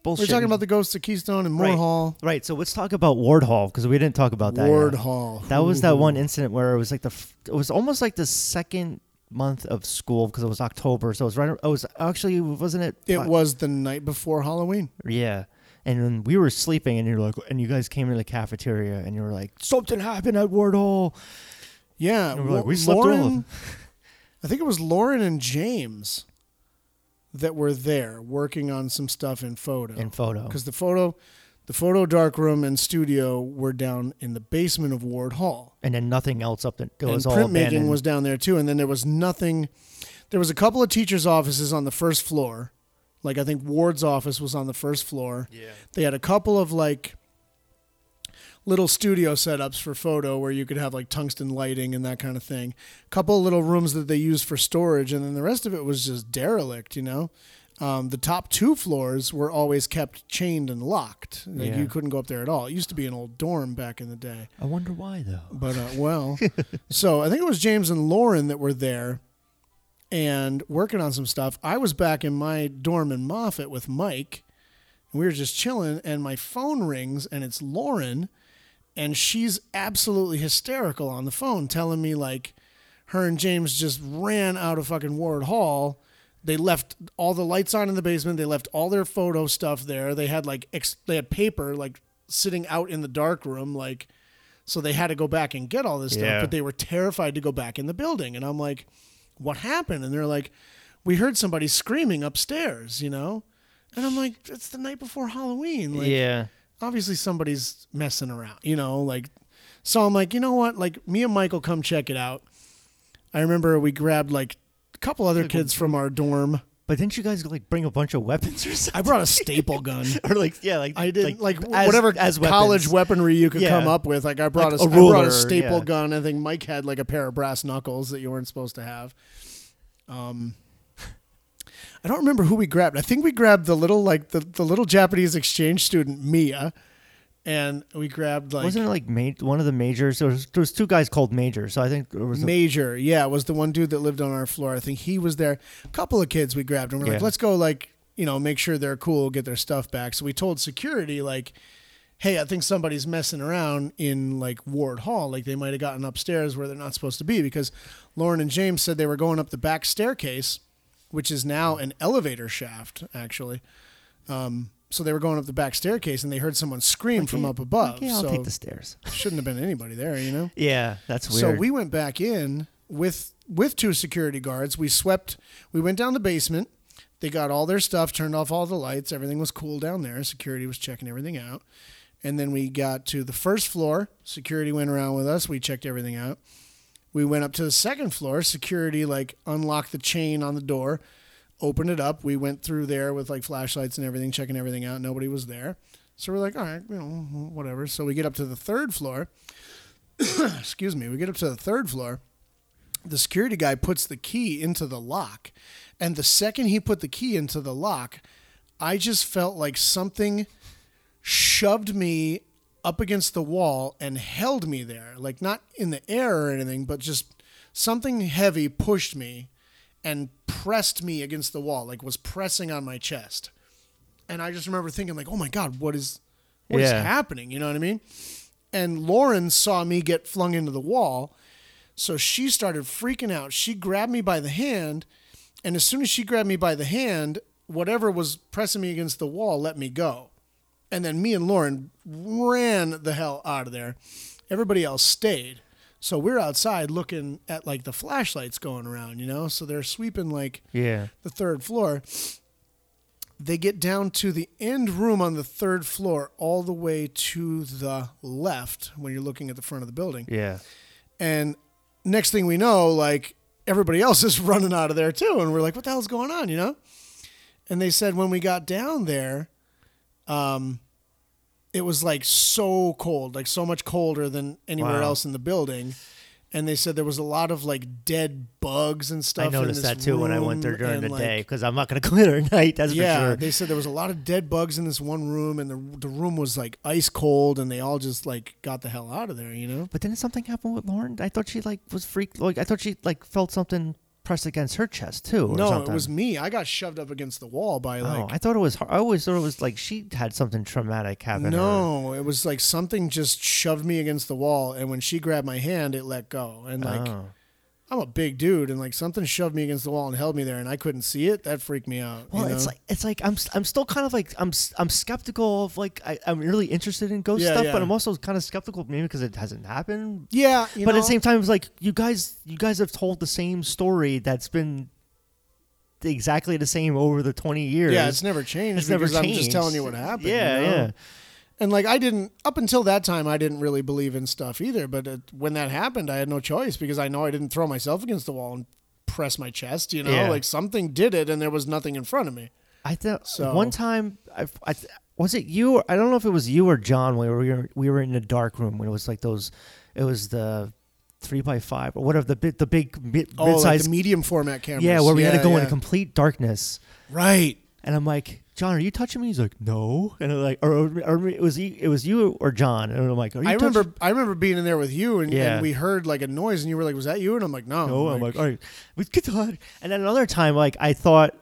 F: bullshit.
G: We're talking about the ghosts of Keystone and
F: Right.
G: Moorhall.
F: Right. So let's talk about Ward Hall because we didn't talk about that. yet.
G: Ward Hall.
F: That was that
G: Ooh.
F: one incident where it was like the f- it was almost like the second month of school because it was October, so it was right. It was actually wasn't it?
G: It
F: Fi-
G: was the night before Halloween.
F: Yeah. And then we were sleeping, and you're like, and you guys came into the cafeteria, and you were like, something happened at Ward Hall.
G: Yeah,
F: And we're like,
G: Wa-
F: we slept through all of
G: Lauren-
F: them.
G: *laughs* I think it was Lauren and James that were there working on some stuff in photo.
F: In photo.
G: because the photo, the photo darkroom and studio were down in the basement of Ward Hall.
F: And then nothing else up there. It
G: and
F: was all
G: printmaking
F: abandoned.
G: was down there too. And then there was nothing. There was a couple of teachers' offices on the first floor. Like I think Ward's office was on the first floor. Yeah. They had a couple of like little studio setups for photo where you could have like tungsten lighting and that kind of thing. couple of little rooms that they used for storage, and then the rest of it was just derelict. You know. Um, the top two floors were always kept chained and locked. Like
F: Yeah.
G: you couldn't go up there at all. It used to be an old dorm back in the day.
F: I wonder why though.
G: But uh, well, *laughs* so I think it was James and Lauren that were there and working on some stuff. I was back in my dorm in Moffat with Mike, and we were just chilling. And my phone rings, and it's Lauren, and she's absolutely hysterical on the phone, telling me like her and James just ran out of fucking Ward Hall. They left all the lights on in the basement. They left all their photo stuff there. They had like ex- they had paper like sitting out in the dark room like so they had to go back and get all this
F: Yeah.
G: stuff, but they were terrified to go back in the building. And I'm like, "What happened?" And they're like, "We heard somebody screaming upstairs," you know? And I'm like, "It's the night before Halloween." Like,
F: yeah.
G: obviously somebody's messing around, you know, like so I'm like, you know what? Like me and Michael come check it out. I remember we grabbed like a couple other kids from our dorm.
F: But didn't you guys like bring a bunch of weapons or something? *laughs*
G: I brought a staple gun.
F: or like yeah, like
G: I didn't like,
F: as-
G: whatever college
F: weapons.
G: weaponry you could
F: Yeah.
G: come up with. Like I brought
F: Like
G: a,
F: a
G: I brought
F: ruler,
G: a staple
F: yeah.
G: gun. I think Mike had like a pair of brass knuckles that you weren't supposed to have. Um, *laughs* I don't remember who we grabbed. I think we grabbed the little like the, the little Japanese exchange student Mia, and we grabbed like
F: Wasn't it like ma- one of the majors? There was, there was two guys called Major, so I think there was. a-
G: Major, yeah, was the one dude that lived on our floor. I think he was there. A couple of kids we grabbed and we're like,
F: Yeah.
G: let's go, like, you know, make sure they're cool, get their stuff back. So we told security, like, hey, I think somebody's messing around in like Ward Hall. Like they might have gotten upstairs where they're not supposed to be because Lauren and James said they were going up the back staircase, which is now an elevator shaft, actually. Um, so they were going up the back staircase and they heard someone scream from up above.
F: yeah, I'll
G: so
F: take the stairs.
G: shouldn't have been anybody there, you know?
F: Yeah, that's weird.
G: So we went back in with with two security guards. We swept. We went down the basement. They got all their stuff, turned off all the lights. Everything was cool down there. Security was checking everything out. And then we got to the first floor. Security went around with us. We checked everything out. We went up to the second floor. Security like unlocked the chain on the door, opened it up. We went through there with like flashlights and everything, checking everything out. Nobody was there. So we're like, all right, you know, whatever. So we get up to the third floor excuse me, we get up to the third floor. The security guy puts the key into the lock. And the second he put the key into the lock, I just felt like something shoved me up against the wall and held me there. Like, not in the air or anything, but just something heavy pushed me and pressed me against the wall, like, was pressing on my chest. And I just remember thinking, like, oh my God, what is, what is
F: Yeah.
G: happening? You know what I mean? and Lauren saw me get flung into the wall. So she started freaking out. She grabbed me by the hand, and as soon as she grabbed me by the hand, whatever was pressing me against the wall let me go. And then me and Lauren ran the hell out of there. Everybody else stayed. So we're outside looking at like the flashlights going around, you know? So they're sweeping like
F: Yeah.
G: the third floor. They get down to the end room on the third floor, all the way to the left when you're looking at the front of the building.
F: Yeah.
G: And next thing we know, like everybody else *laughs* is running out of there too. And we're like, what the hell's going on, you know? And they said when we got down there, um, it was like so cold, like so much colder than anywhere
F: Wow.
G: else in the building. And they said there was a lot of like dead bugs and stuff.
F: I
G: in
F: noticed
G: this
F: that too when I went there
G: room
F: during
G: and,
F: the day
G: like,
F: day because I'm not going to *laughs* go there at night. That's
G: yeah,
F: for sure.
G: they said there was a lot of dead bugs in this one room, and the the room was like ice cold, and they all just like got the hell out of there, you know?
F: But didn't something happen with Lauren? I thought she like was freaked. Like I thought she like felt something pressed against her chest too. Or
G: no,
F: something.
G: it was me. I got shoved up against the wall by
F: Oh,
G: like
F: I thought it was. her- I always thought it was like she had something traumatic happen. or-
G: no, it was like something just shoved me against the wall, and when she grabbed my hand, it let go, and like
F: Oh.
G: I'm a big dude, and like something shoved me against the wall and held me there, and I couldn't see it. That freaked me out. you
F: Well, it's
G: know?
F: like it's like I'm s- I'm still kind of like I'm s- I'm skeptical of like I, I'm really interested in ghost
G: Yeah,
F: stuff,
G: yeah.
F: but I'm also kind of skeptical maybe because it hasn't happened.
G: yeah, you
F: but
G: know,
F: at the same time, it's like you guys you guys have told the same story that's been exactly the same over the 20 years.
G: yeah, it's never changed.
F: It's never
G: because I'm just
F: changed.
G: telling you what happened. you
F: Yeah,
G: know?
F: yeah.
G: And like I didn't up until that time, I didn't really believe in stuff either. But it, when that happened, I had no choice because I know I didn't throw myself against the wall and press my chest. You know,
F: Yeah.
G: like something did it, and there was nothing in front of me.
F: I thought
G: So-
F: one time I, I th- was it you or I don't know if it was you or John when we were we were in the dark room when it was like those it was the three by five or whatever the bit the big mid,
G: Oh, like
F: mid-sized
G: the medium format cameras.
F: yeah where we had to go
G: yeah.
F: into complete darkness
G: Right.
F: and I'm like John are you touching me he's like no and I'm like or, or it was you, it was you or John and I'm like are you
G: I remember.
F: touching-
G: I remember being in there with you, and,
F: Yeah.
G: and we heard like a noise, and you were like, "Was that you?" And I'm like,
F: *laughs*
G: "No."
F: no Oh, I'm like all right we get to hide." and then another time like I thought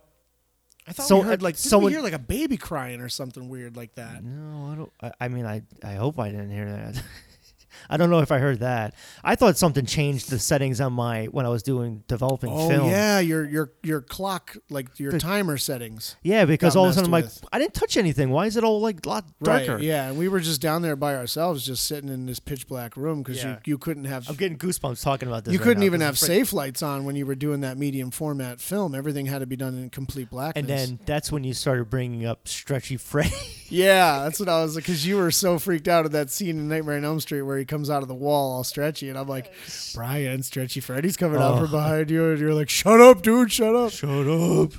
G: I thought
F: so-
G: we heard like did
F: someone-
G: we hear like a baby crying or something weird like that.
F: No, I don't. I, I mean, I, I hope I didn't hear that. *laughs* I don't know if I heard that. I thought something changed the settings on my when I was doing developing
G: Oh
F: film.
G: yeah, your your your clock, like your timer settings.
F: Yeah, because
G: Got
F: all of a sudden I'm like,
G: messed
F: I didn't touch anything. Why is it all like a lot darker?
G: Right. Yeah, and we were just down there by ourselves, just sitting in this pitch black room because
F: Yeah.
G: you, you couldn't have
F: I'm getting goosebumps talking about this.
G: you
F: right
G: couldn't
F: now
G: even
F: 'cause
G: have
F: it's like-
G: safe lights on when you were doing that medium format film. Everything had to be done in complete blackness.
F: And then that's when you started bringing up Stretchy *laughs* Freddy.
G: yeah, that's what I was because you were so freaked out at that scene in Nightmare on Elm Street where he comes out of the wall all stretchy, and I'm like, Brian, stretchy Freddy's coming out
F: Oh.
G: from behind you, and you're like, shut up, dude, shut up.
F: Shut up.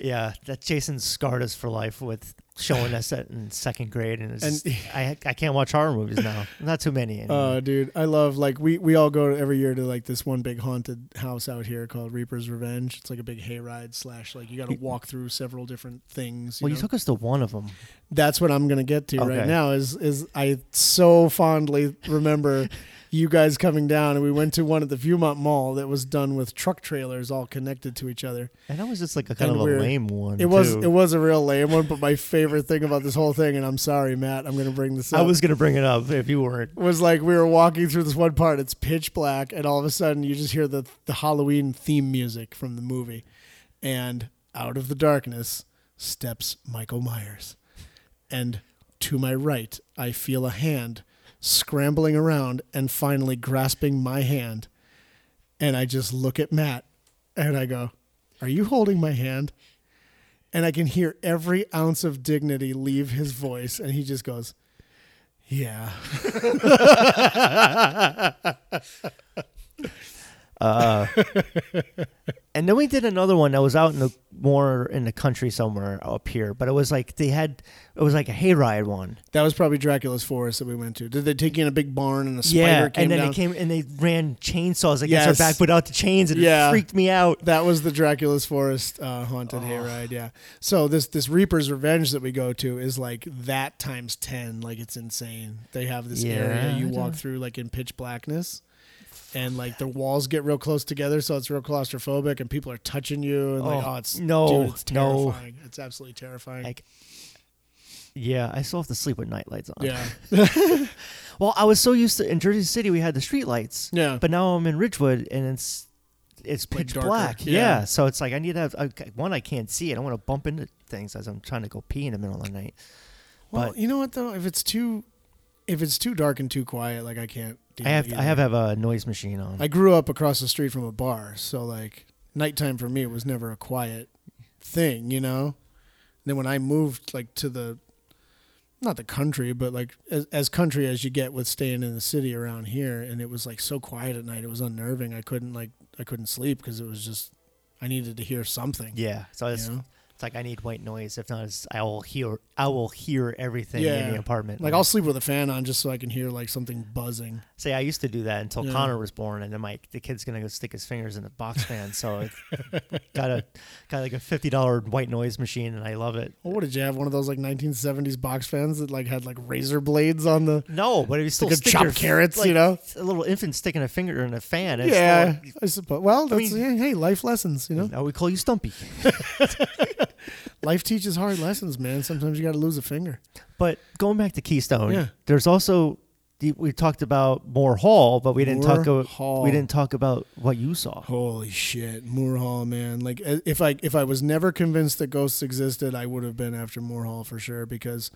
F: Yeah, that Jason scarred us for life with showing us that in second grade, and, it's
G: And-
F: just- I I can't watch horror movies
G: *laughs*
F: now. Not too many. Anymore.
G: Oh, dude, I love like we we all go every year to like this one big haunted house out here called Reaper's Revenge. It's like a big hayride slash like you got to walk through several different things. You
F: well, you
G: know?
F: took us to one of them.
G: That's what I'm gonna get to
F: Okay.
G: right now. Is is I so fondly
F: *laughs*
G: remember you guys coming down and we went to one at the Viewmont Mall that was done with truck trailers all connected to each other.
F: And that was just like a kind
G: And
F: of a
G: we're-
F: lame one.
G: It was
F: too.
G: it was a real lame one, but my favorite thing about this whole thing, and I'm sorry, Matt, I'm gonna bring this up.
F: I was gonna bring it up if you weren't.
G: was like we were walking through this one part. It's pitch black, and all of a sudden you just hear the the Halloween theme music from the movie, and out of the darkness steps Michael Myers, and to my right I feel a hand scrambling around and finally grasping my hand, and I just look at Matt, and I go, "Are you holding my hand?" And I can hear every ounce of dignity leave his voice, and he just goes, "Yeah."
F: And then we did another one that was out in the more in the country somewhere up here, but it was like they had it was like a hayride one.
G: That was probably Dracula's forest that we went to. Did they take you in a big barn and a spider came
F: and then
G: down?
F: they came and they ran chainsaws against
G: Yes.
F: our back without the chains, and
G: Yeah.
F: it freaked me out.
G: that was the Dracula's forest uh, haunted hayride. Yeah. So this this Reaper's Revenge that we go to is like that times ten. Like it's insane. They have this
F: Yeah,
G: area you
F: I
G: walk
F: don't-
G: through like in pitch blackness. And like the walls get real close together, so it's real claustrophobic, and people are touching you, and like,
F: Oh,
G: oh, it's
F: no,
G: dude, it's
F: no.
G: terrifying. It's absolutely terrifying.
F: Like, yeah, I still have to sleep with nightlights on.
G: yeah,
F: Well, I was so used to in Jersey City we had the street lights.
G: Yeah.
F: But now I'm in Ridgewood and it's it's
G: Like
F: pitch
G: darker.
F: black.
G: Yeah.
F: Yeah. So it's like I need to have I, one. I can't see. I don't want to bump into things as I'm trying to go pee in the middle of the night.
G: Well,
F: But-
G: you know what though? If it's too, if it's too dark and too quiet, like I can't. Deal
F: I have
G: with
F: I
G: either.
F: have have a noise machine on.
G: I grew up across the street from a bar, so like nighttime for me was never a quiet thing, you know. then when I moved like to the not the country, but like as, as country as you get with staying in the city around here, and it was like so quiet at night, it was unnerving. I couldn't like I couldn't sleep because it was just I needed to hear something.
F: yeah, so it's,
G: know?
F: it's like I need white noise. If not, it's, I will hear I will hear everything in the apartment.
G: Like I'll sleep with a fan on just so I can hear like something buzzing.
F: say I used to do that until
G: Yeah.
F: Connor was born, and then my the kid's gonna go stick his fingers in the box fan. So
G: *laughs*
F: I got a got like a fifty dollar white noise machine, and I love it.
G: Well, what did you have? One of those like 1970s box fans that like had like razor blades on the.
F: No, but if you still
G: could
F: stick
G: chop
F: your-
G: carrots,
F: like,
G: you know?
F: a little infant sticking a finger in a fan. It's
G: yeah,
F: still-
G: I suppose. Well, that's
F: mean-
G: hey, hey, life lessons. You know,
F: now we call you Stumpy.
G: life teaches hard lessons, man. Sometimes you got to lose a finger.
F: But going back to Keystone,
G: Yeah.
F: there's also the- we talked about Moore Hall, but we didn't talk
G: Moore
F: about
G: Hall.
F: we didn't talk about what you saw.
G: Holy shit, Moore Hall, man! Like i- if I if I was never convinced that ghosts existed, I would have been after Moore Hall for sure. Because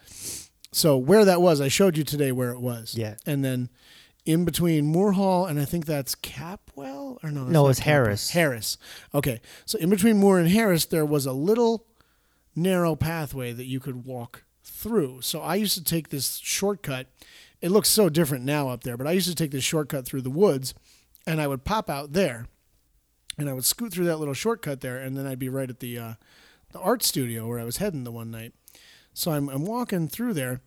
G: so where that was, I showed you today where it was.
F: Yeah.
G: and then in between Moore Hall and I think that's Capwell or no? that's
F: No,
G: not
F: it's Harris.
G: Harris. Okay, so in between Moore and Harris, there was a little narrow pathway that you could walk through. So I used to take this shortcut. It looks so different now up there, but I used to take this shortcut through the woods and I would pop out there and I would scoot through that little shortcut there and then I'd be right at the uh, the art studio where I was heading the one night. So I'm I'm walking through there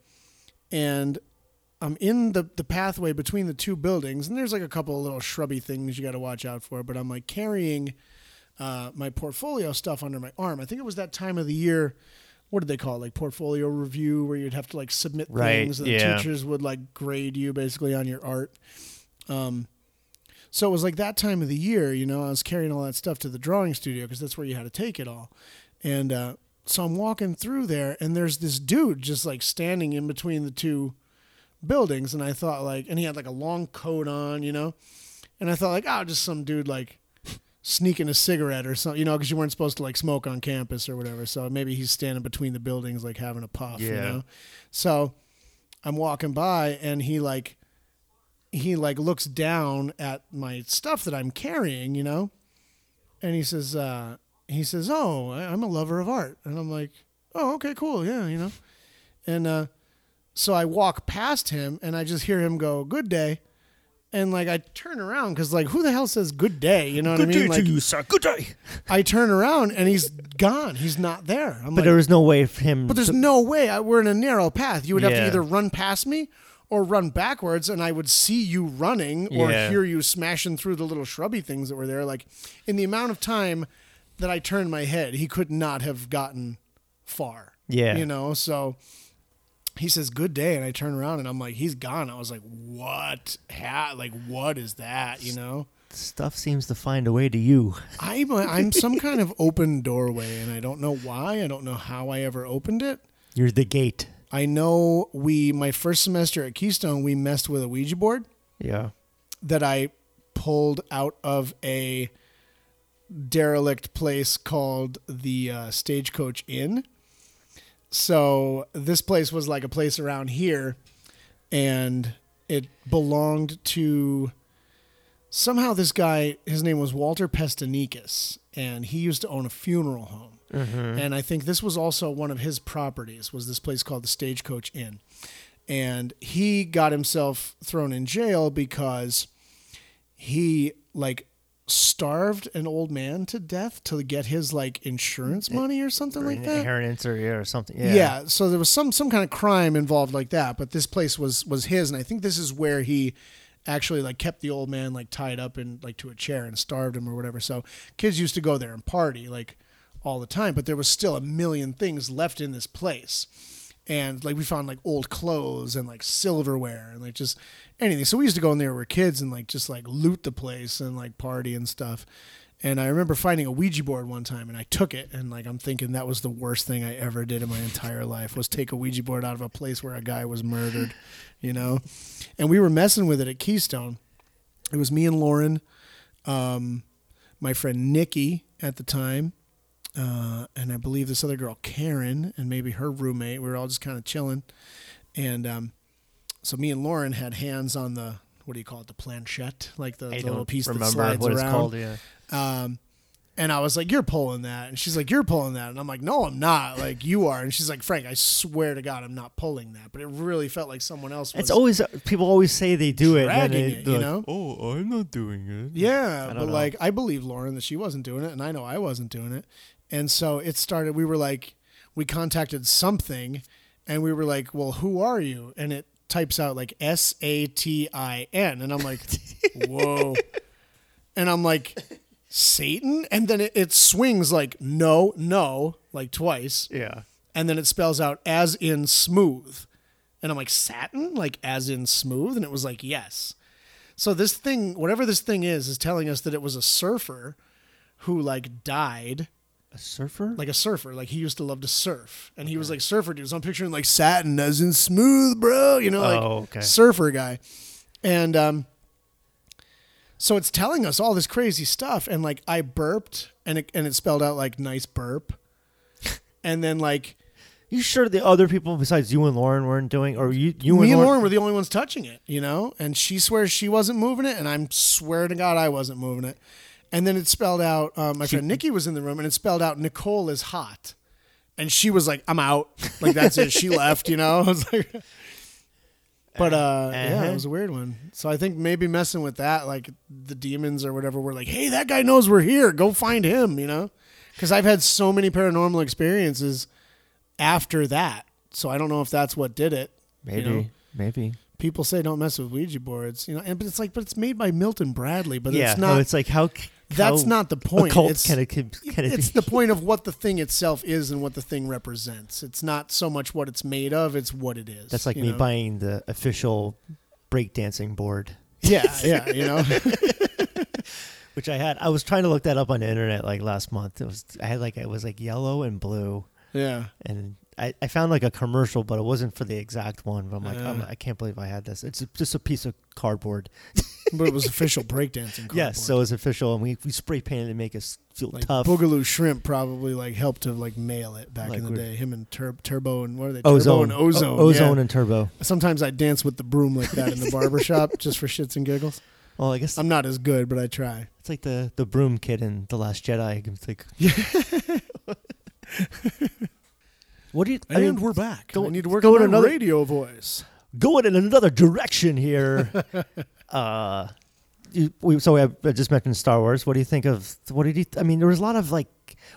G: and I'm in the, the pathway between the two buildings, and there's like a couple of little shrubby things you got to watch out for. But I'm like carrying uh, my portfolio stuff under my arm. I think it was that time of the year. What did they call it? Like portfolio review, where you'd have to like submit
F: Right,
G: things, and
F: yeah.
G: the teachers would like grade you basically on your art. Um, so it was like that time of the year, you know. I was carrying all that stuff to the drawing studio because that's where you had to take it all. And uh, so I'm walking through there, and there's this dude just like standing in between the two buildings and I thought like and he had like a long coat on, you know. And I thought like, oh, just some dude like sneaking a cigarette or something, you know, cuz you weren't supposed to like smoke on campus or whatever. So maybe he's standing between the buildings like having a puff, you
F: Yeah.
G: know. So I'm walking by and he like he like looks down at my stuff that I'm carrying, you know. And he says uh he says, "Oh, I- I'm a lover of art." And I'm like, "Oh, okay, cool. Yeah, you know." And uh so I walk past him and I just hear him go, "Good day," and like I turn around because like who the hell says "Good day"? You know what I mean? Like
F: sir. Good day.
G: I turn around and he's gone. He's not there. I'm
F: But
G: like,
F: there was no way for him.
G: but there's
F: to-
G: no way. I, we're in a narrow path. You would have
F: Yeah.
G: to either run past me or run backwards, and I would see you running or
F: Yeah.
G: hear you smashing through the little shrubby things that were there. Like in the amount of time that I turned my head, he could not have gotten far.
F: Yeah.
G: you know. So he says, "Good day," and I turn around and I'm like, "He's gone." I was like, "What? Ha- like what is that?" You know.
F: stuff seems to find a way to you.
G: I'm a, I'm some kind of open doorway, and I don't know why. I don't know how I ever opened it.
F: You're the gate.
G: I know we my first semester at Keystone we messed with a Ouija board
F: Yeah.
G: that I pulled out of a derelict place called the uh, Stagecoach Inn. So this place was like a place around here, and it belonged to somehow this guy. His name was Walter Pestanikis, and he used to own a funeral home. And I think this was also one of his properties. Was this place called the Stagecoach Inn? And he got himself thrown in jail because he like starved an old man to death to get his like insurance money or something like that.
F: Inheritance or, yeah, or something. Yeah.
G: Yeah. So there was some some kind of crime involved like that, but this place was was his, and I think this is where he actually like kept the old man like tied up in like to a chair and starved him or whatever. So kids used to go there and party like all the time, but there was still a million things left in this place. And like we found like old clothes and like silverware and like just anything. So we used to go in there when we were kids and like just like loot the place and like party and stuff. And I remember finding a Ouija board one time, and I took it, and like I'm thinking that was the worst thing I ever did in my entire life was take a Ouija board out of a place where a guy was murdered, you know. And we were messing with it at Keystone. It was me and Lauren, um, my friend Nikki at the time, uh, and I believe this other girl, Karen, and maybe her roommate. We were all just kind of chilling, and um, so me and Lauren had hands on the what do you call it, the planchette, like the, the
F: I
G: little
F: don't
G: piece that
F: remember
G: slides
F: what
G: around.
F: it's called. Yeah.
G: Um, and I was like, "You're pulling that," and she's like, "You're pulling that," and I'm like, "No, I'm not. Like you are." And she's like, "Frank, I swear to God, I'm not pulling that." But it really felt like someone else was.
F: It's always people always say they do it, and
G: Dragging
F: then they,
G: it,
F: they're
G: you
F: like,
G: know?
F: Oh, I'm not doing it.
G: Yeah,
F: I
G: but
F: don't know.
G: like I believe Lauren that she wasn't doing it, and I know I wasn't doing it, and so it started. We were like, we contacted something, and we were like, well, who are you? And it types out like S A T I N, and I'm
F: *laughs*
G: like, whoa, and I'm like, Satan, and then it, it swings like no, no, like twice,
F: Yeah.
G: and then it spells out as in smooth. And I'm like, satin? Like as in smooth? And it was like, yes. So this thing, whatever this thing is, is telling us that it was a surfer who like died.
F: A surfer?
G: Like a surfer. Like he used to love to surf. And he was like surfer dude. So I'm picturing like satin as in smooth, bro. You know, like
F: Oh, okay.
G: surfer guy. And um so it's telling us all this crazy stuff. And like I burped and it and it spelled out like nice
F: *laughs*
G: burp. And then like
F: you sure the other people besides you and Lauren weren't doing, or you, you
G: me
F: and
G: and Lauren were the only ones touching it, you know? And she swears she wasn't moving it, and I'm swear to God I wasn't moving it. And then it spelled out, uh, my friend Nikki was in the room, and it spelled out, Nicole is hot. And she was like, I'm out. Like, that's it.
F: *laughs*
G: She left, you know? I was like, *laughs* but uh, yeah,
F: Uh-huh.
G: it was a weird one. So I think maybe messing with that, like the demons or whatever, were like, "Hey, that guy knows we're here. Go find him," you know? Because I've had so many paranormal experiences after that, so I don't know if that's what did it. you
F: Maybe.
G: know?
F: Maybe.
G: people say don't mess with Ouija boards, you know, and but it's like, but it's made by Milton Bradley, but
F: yeah.
G: it's not.
F: no, it's like how. c-
G: that's
F: how
G: not the point.
F: Occult
G: It's-
F: can it, can can it
G: it's
F: be?
G: the point of what the thing itself is and what the thing represents. It's not so much what it's made of; it's what it is.
F: *laughs* That's like
G: you
F: me
G: know?
F: buying the official breakdancing board,
G: *laughs* Yeah, yeah, you know. *laughs*
F: which I had. I was trying to look that up on the internet like last month. It was I had like it was like yellow and blue,
G: yeah,
F: and I, I found like a commercial, but it wasn't for the exact one. But I'm like, I'm,
G: Uh.
F: I can't believe I had this. It's just a piece of cardboard.
G: but it was official breakdancing. Cardboard.
F: Yes, so it's official, and we, we spray painted to make us feel
G: like
F: tough.
G: Boogaloo Shrimp probably like helped to like mail it back
F: Like
G: in the
F: we're-
G: day. Him and Tur- Turbo and what are they? Turbo
F: ozone,
G: and Ozone.
F: O- ozone,
G: yeah.
F: and turbo.
G: Sometimes I dance with the broom like that in the barber shop just for shits and giggles.
F: Well, I guess
G: I'm not as good, but I try.
F: it's like the the broom kid in the Last Jedi. It's like,
G: *laughs*
F: *laughs* what do you? I mean,
G: we're back.
F: go-
G: I need to work
F: go
G: on
F: to
G: my
F: another-
G: radio voice.
F: going in another
G: *laughs*
F: direction here. uh, you, we, so I, I just mentioned Star Wars. What do you think of? What did you? I mean, there was a lot of like.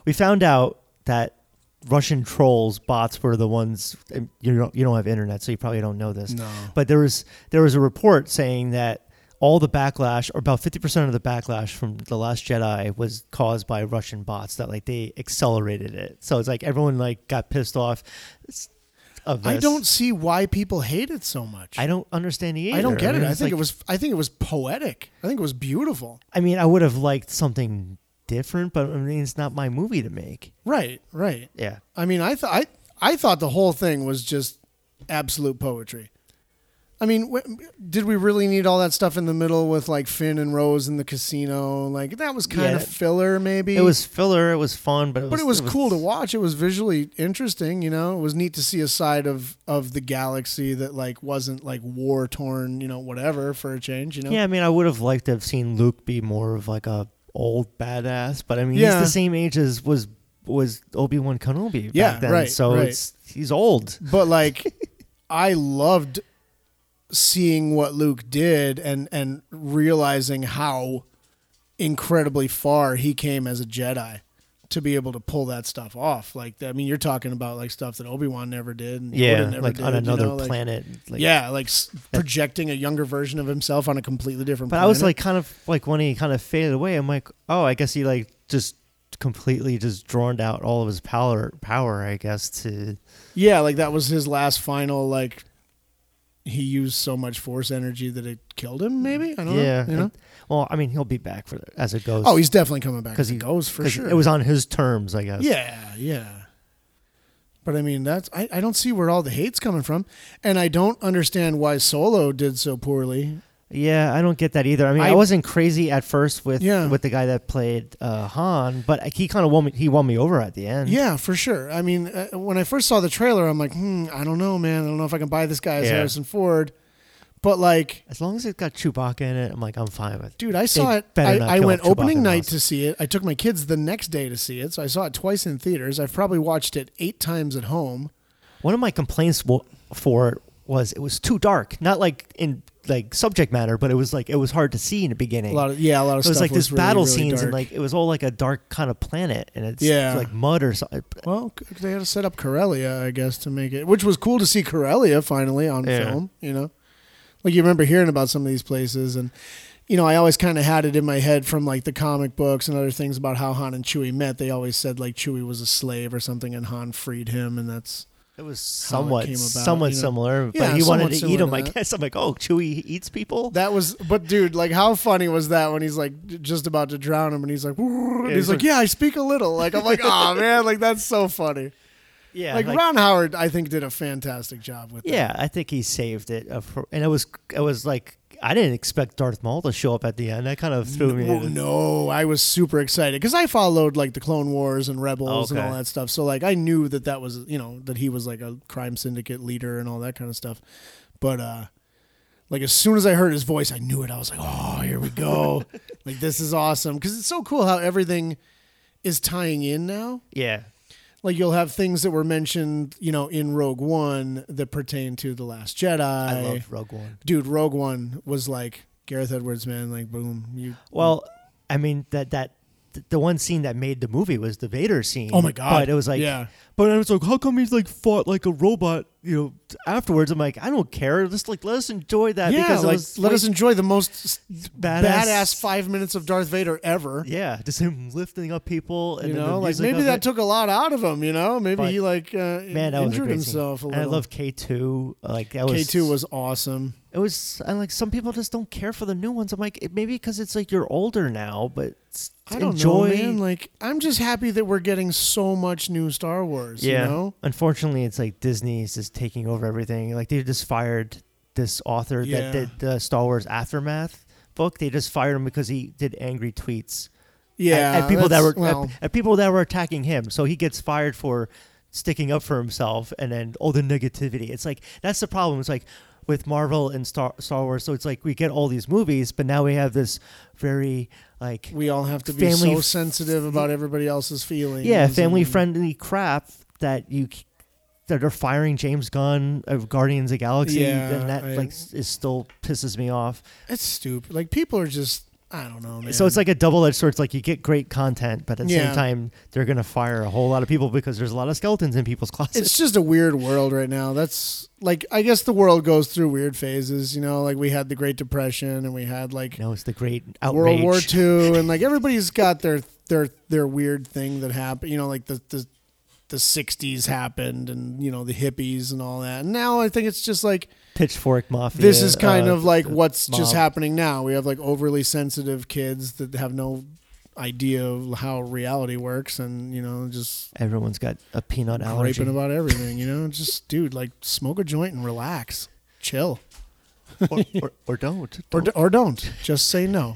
F: We found out that Russian trolls bots were the ones. and You don't you don't have internet, so you probably don't know this.
G: No.
F: But there was there was a report saying that all the backlash, or about fifty percent of the backlash from the Last Jedi, was caused by Russian bots. That like they accelerated it. So it's like everyone like got pissed off. Of
G: I
F: this.
G: don't see why people hate it so much.
F: I don't understand the.
G: I don't get it. I
F: it's
G: think
F: like-
G: it was. I think it was poetic. I think it was beautiful.
F: I mean, I would have liked something different, but I mean, it's not my movie to make.
G: Right. Right.
F: Yeah,
G: I mean, I thought I I thought the whole thing was just absolute poetry. I mean, wh- did we really need all that stuff in the middle with like Finn and Rose in the casino? Like that was kind
F: Yeah.
G: of filler, maybe.
F: it was filler. It was fun, but it was,
G: but it was, cool to watch. It was visually interesting, you know. It was neat to see a side of of the galaxy that like wasn't like war torn, you know, whatever for a change, you know.
F: Yeah, I mean, I would have liked to have seen Luke be more of like a old badass, but I mean,
G: Yeah.
F: he's the same age as was was Obi Wan Kenobi
G: Yeah,
F: back then,
G: right,
F: so
G: right.
F: it's he's old.
G: But like, I loved seeing what Luke did and and realizing how incredibly far he came as a Jedi to be able to pull that stuff off. Like, I mean, you're talking about like stuff that Obi Wan never did, and
F: Yeah,
G: Yoda never
F: like
G: did,
F: on
G: you
F: another
G: know, like-
F: planet. Like,
G: yeah, like s- projecting a younger version of himself on a completely different.
F: But I was like, kind of like when he kind of faded away, I'm like, oh, I guess he like just completely just drawn out all of his power. Power, I guess, to
G: yeah, like that was his last final. Like he used so much force energy that it killed him. Maybe I don't
F: yeah.
G: know. You know?
F: and- well, I mean, he'll be back for as it goes.
G: Oh, he's definitely coming back because
F: 'Cause
G: he
F: he-
G: goes for
F: 'Cause
G: sure.
F: It was on his terms, I guess.
G: yeah, yeah. But I mean, that's I,
F: Mm-hmm.
G: I don't see where all the hate's coming from, and I don't understand why Solo did so poorly.
F: Yeah, I don't get that either. I mean, I,
G: I-
F: wasn't crazy at first with
G: Yeah.
F: with the guy that played uh, Han, but he kind of won me. He won me over at the end.
G: Yeah, for sure. I mean, uh, when I first saw the trailer, I'm like, hmm, I don't know, man. I don't know if I can buy this guy as
F: Yeah.
G: Harrison Ford. But like,
F: As long as it's got Chewbacca in it, I'm like, I'm fine with. it.
G: dude, I saw
F: They
G: it.
F: better
G: I,
F: not
G: I
F: kill
G: went
F: Chewbacca
G: opening
F: in
G: night
F: Lost.
G: to see it. I took my kids the next day to see it, so I saw it twice in theaters. I've probably watched it eight times at home.
F: One of my complaints w- for it was it was too dark. Not like in like subject matter, but it was like it was hard to see in the beginning.
G: A lot of yeah, a lot of
F: it was
G: stuff
F: like this
G: really,
F: battle
G: really
F: scenes
G: dark.
F: and like it was all like a dark kind of planet and it's
G: Yeah.
F: like mud or something.
G: Well, c- they had to set up Corellia, I guess, to make it, which was cool to see Corellia finally on
F: Yeah.
G: film. You know, like you remember hearing about some of these places, and you know, I always kind of had it in my head from like the comic books and other things about how Han and Chewie met. They always said like Chewie was a slave or something, and Han freed him, and that's
F: It was
G: How it
F: somewhat
G: came about,
F: somewhat
G: you know?
F: similar, but
G: Yeah,
F: he wanted
G: somewhat
F: to
G: similar
F: eat
G: to
F: him. I
G: that.
F: guess I'm like, oh, Chewie eats people.
G: that was. But dude, like how funny was that when he's like j- just about to drown him, and he's like, "Woo," and
F: Yeah,
G: he's
F: he's
G: like,
F: like-
G: yeah, I speak a little. Like I'm like,
F: *laughs*
G: oh man, like that's so funny.
F: yeah,
G: Like, Ron Howard, I think did a fantastic job with that.
F: Yeah, I think he saved it. uh, for- And it was it was like I didn't expect Darth Maul to show up at the end. That kind of threw me.
G: Well, no, I was super excited because I followed like the Clone Wars and Rebels and
F: Okay.
G: all that stuff. So like I knew that that was you know that he was like a crime syndicate leader and all that kind of stuff. But uh like as soon as I heard his voice, I knew it. I was like, oh, here we
F: *laughs*
G: go. like this is awesome because it's so cool how everything is tying in now.
F: Yeah,
G: Like you'll have things that were mentioned, you know, in Rogue One that pertain to the Last Jedi.
F: I, love Rogue One.
G: Dude, Rogue One was like Gareth Edwards, man. Like boom, you
F: Well, I mean that that th- the one scene that made the movie was the Vader scene.
G: Oh my God.
F: But it was like,
G: Yeah.
F: But I was like, how come he's like fought like a robot? You know, afterwards, I'm like, I don't care. Just like let us enjoy that
G: Yeah,
F: because it
G: like,
F: was
G: let
F: like,
G: us enjoy the most s-
F: badass-
G: badass, five minutes of Darth Vader ever.
F: Yeah, just him lifting up people. And
G: You
F: then the
G: know, like
F: music
G: maybe
F: of
G: that
F: it.
G: took a lot out of him. You know, maybe
F: But,
G: he like uh,
F: man that was a
G: injured
F: great
G: himself a
F: scene.
G: little.
F: And I love K two. Like that
G: K
F: was
G: two was awesome.
F: It was I like some people just don't care for the new ones. I'm like it- maybe because it's like you're older now, but s-
G: I don't
F: enjoy.
G: know, man. Like I'm just happy that we're getting so much new Star Wars.
F: yeah.
G: You know?
F: Unfortunately, it's like Disney is just taking over everything. Like they just fired this author
G: Yeah.
F: that did the Star Wars aftermath book. They just fired him because he did angry tweets at-
G: Yeah.
F: at, people that
G: that's-
F: were uh, at-
G: well,
F: at, people that were attacking him. So he gets fired for sticking up for himself, and then all the negativity. It's like that's the problem. It's like with Marvel and Star Star Wars. So it's like we get all these movies, but now we have this very like
G: we all have to be
F: family
G: so
F: f-
G: sensitive about everybody else's feelings.
F: yeah family
G: and-
F: friendly crap that you c- that are firing James Gunn of Guardians of the Galaxy,
G: Yeah,
F: and that
G: I-
F: like s- is still pisses me off.
G: It's stupid. Like people are just. I don't know, man.
F: So it's like a double edged sword. It's like you get great content, but at the
G: Yeah.
F: same time, they're gonna fire a whole lot of people because there's a lot of skeletons in people's closets.
G: it's just a weird world right now. That's like I guess the world goes through weird phases, you know, like we had the Great Depression and we had like
F: No, it's the great
G: World
F: outrage.
G: War II and like everybody's got their their their weird thing that happened, you know, like the the the 60s happened and you know the hippies and all that. And now I think it's just like
F: Pitchfork mafia.
G: this is kind
F: uh,
G: of like what's just
F: mob.
G: happening now. We have like overly sensitive kids that have no idea of how reality works and you know just
F: everyone's got a peanut allergy.
G: griping about everything, you know? Just, dude, like, smoke a joint and relax. Chill.
F: or, or, or don't.
G: *laughs* Or,
F: Don't.
G: d- or don't. Just say no.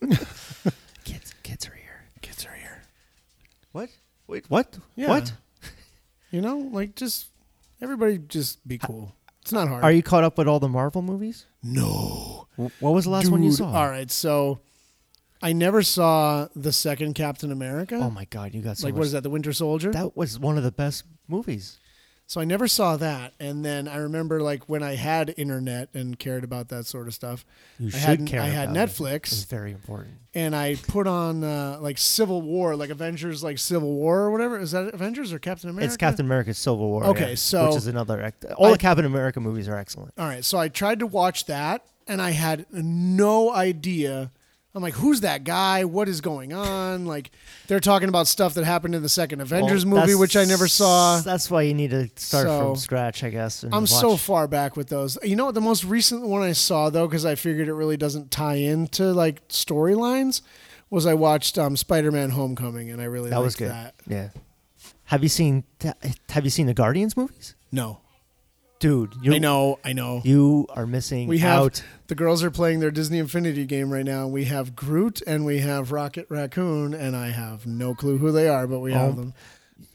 F: Kids, kids are here.
G: Kids are here.
F: What? Wait, what?
G: Yeah.
F: What?
G: You know, like, just everybody just be cool. It's not hard.
F: Are you caught up with all the Marvel movies?
G: no.
F: Wh- What was the last one you
G: Dude,
F: saw?
G: All right. So I never saw the second Captain America.
F: Oh my God, you got so
G: Mm. like,
F: much.
G: what is that? The Winter Soldier?
F: That was one of the best movies.
G: So I never saw that. And then I remember like when I had internet and cared about that sort of stuff.
F: You
G: I
F: should
G: had,
F: care.
G: I had
F: about it.
G: Netflix.
F: It's very important.
G: and I put on uh, like Civil War, like Avengers, like Civil War or whatever. Is that Avengers or Captain America?
F: It's Captain America's Civil War.
G: Okay,
F: yeah,
G: so-
F: which is another. act- All
G: I-
F: the Captain America movies are excellent.
G: All right, so I tried to watch that, and I had no idea. I'm like, who's that guy? What is going on? Like, they're talking about stuff that happened in the second Avengers
F: Well,
G: movie,
F: that's-
G: which I never saw.
F: That's why you need to start
G: So-
F: from scratch, I guess. and
G: I'm so
F: watch-
G: far back with those. You know what? The most recent one I saw though, because I figured it really doesn't tie into like storylines, was I watched um, Spider-Man: Homecoming, and I really
F: That
G: liked
F: was good.
G: that.
F: Yeah. Have you seen Have you seen the Guardians movies?
G: No,
F: dude. You,
G: I know, I know.
F: You are missing
G: We have
F: out.
G: the girls are playing their Disney Infinity game right now. We have Groot and we have Rocket Raccoon, and I have no clue who they are, but we
F: Oh.
G: have them.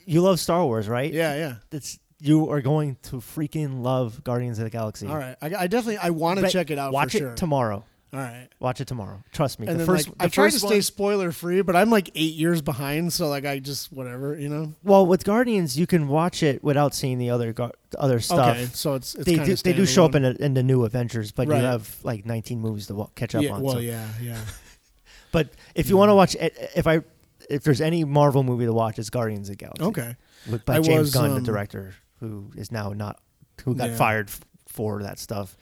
F: You love Star Wars, right?
G: Yeah, yeah.
F: It's you are going to freaking love Guardians of the Galaxy.
G: All right, I, I definitely I want to
F: But
G: check it out.
F: Watch
G: for
F: it
G: sure.
F: tomorrow.
G: All right.
F: Watch it tomorrow. Trust me.
G: And
F: the
G: then
F: first,
G: like,
F: the
G: I try to
F: first
G: stay
F: one-
G: spoiler free, but I'm like eight years behind, so like I just whatever, you know.
F: Well, with Guardians, you can watch it without seeing the other gar- the other stuff.
G: Okay, so it's, it's
F: they
G: kinda
F: do, they do show up
G: standalone.
F: in, a, in the new Avengers, but
G: Right.
F: you have like 19 movies to wa- catch up
G: yeah,
F: on.
G: well,
F: so-
G: yeah, yeah.
F: But if you want to watch, eh, if I if there's any Marvel movie to watch, it's Guardians of the Galaxy.
G: Okay,
F: with, by
G: I
F: James
G: was,
F: Gunn, the
G: um,
F: director, who is now not who got
G: Yeah.
F: fired f- for that stuff.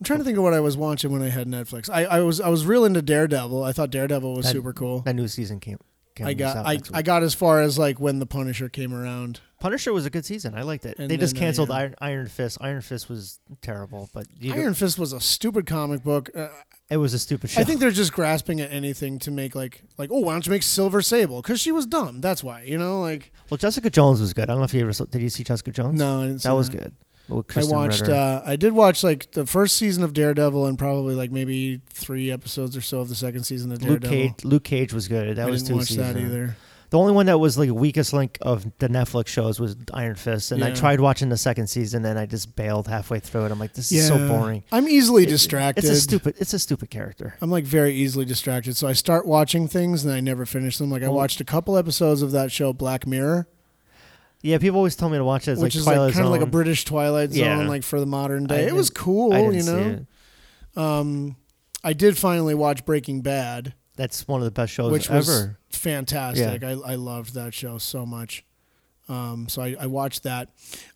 G: I'm trying to think of what I was watching when I had Netflix. I, I was I was real into Daredevil. I thought Daredevil was
F: That-
G: super cool.
F: That new season came. came
G: I got
F: out
G: I,
F: next
G: I
F: week.
G: got as far as like when the Punisher came around.
F: Punisher was a good season. I liked it.
G: And
F: They just
G: then, uh,
F: canceled
G: yeah.
F: Iron, Iron Fist. Iron Fist was terrible, but you,
G: Iron Fist was a stupid comic book. Uh,
F: it was a stupid show.
G: I think they're just grasping at anything to make like like oh why don't you make Silver Sable because she was dumb. That's why you know like
F: well, Jessica Jones was good. I don't know if you ever saw, did you see Jessica Jones?
G: no I didn't see
F: that was good. With
G: I
F: Kristen
G: watched.
F: Ritter.
G: Uh, I did watch like the first season of Daredevil and probably like maybe three episodes or so of the second season of
F: Luke
G: Daredevil.
F: Cage. Luke Cage was good. That
G: I
F: was
G: didn't
F: two
G: watch
F: seasons.
G: that either.
F: The only one that was like weakest link of the Netflix shows was Iron Fist, and I
G: Yeah.
F: tried watching the second season, and I just bailed halfway through it. I'm like, this is so boring.
G: I'm easily
F: It-
G: distracted.
F: It's a stupid. It's a stupid character.
G: I'm like very easily distracted. So I start watching things and I never finish them. Like I
F: Well-
G: watched a couple episodes of that show Black Mirror,
F: Yeah, people always tell me to watch it. It's
G: which
F: like
G: is
F: Twilight
G: like kind of like a
F: Zone.
G: British Twilight Zone,
F: Yeah.
G: like for the modern
F: I
G: day. It was
F: didn't-
G: cool,
F: I didn't
G: you
F: see
G: know.
F: it.
G: Um, I did finally watch Breaking Bad,
F: That's one of the best shows
G: which
F: Oh, ever.
G: was fantastic. I, I loved that show so much. Um, so I, I watched that.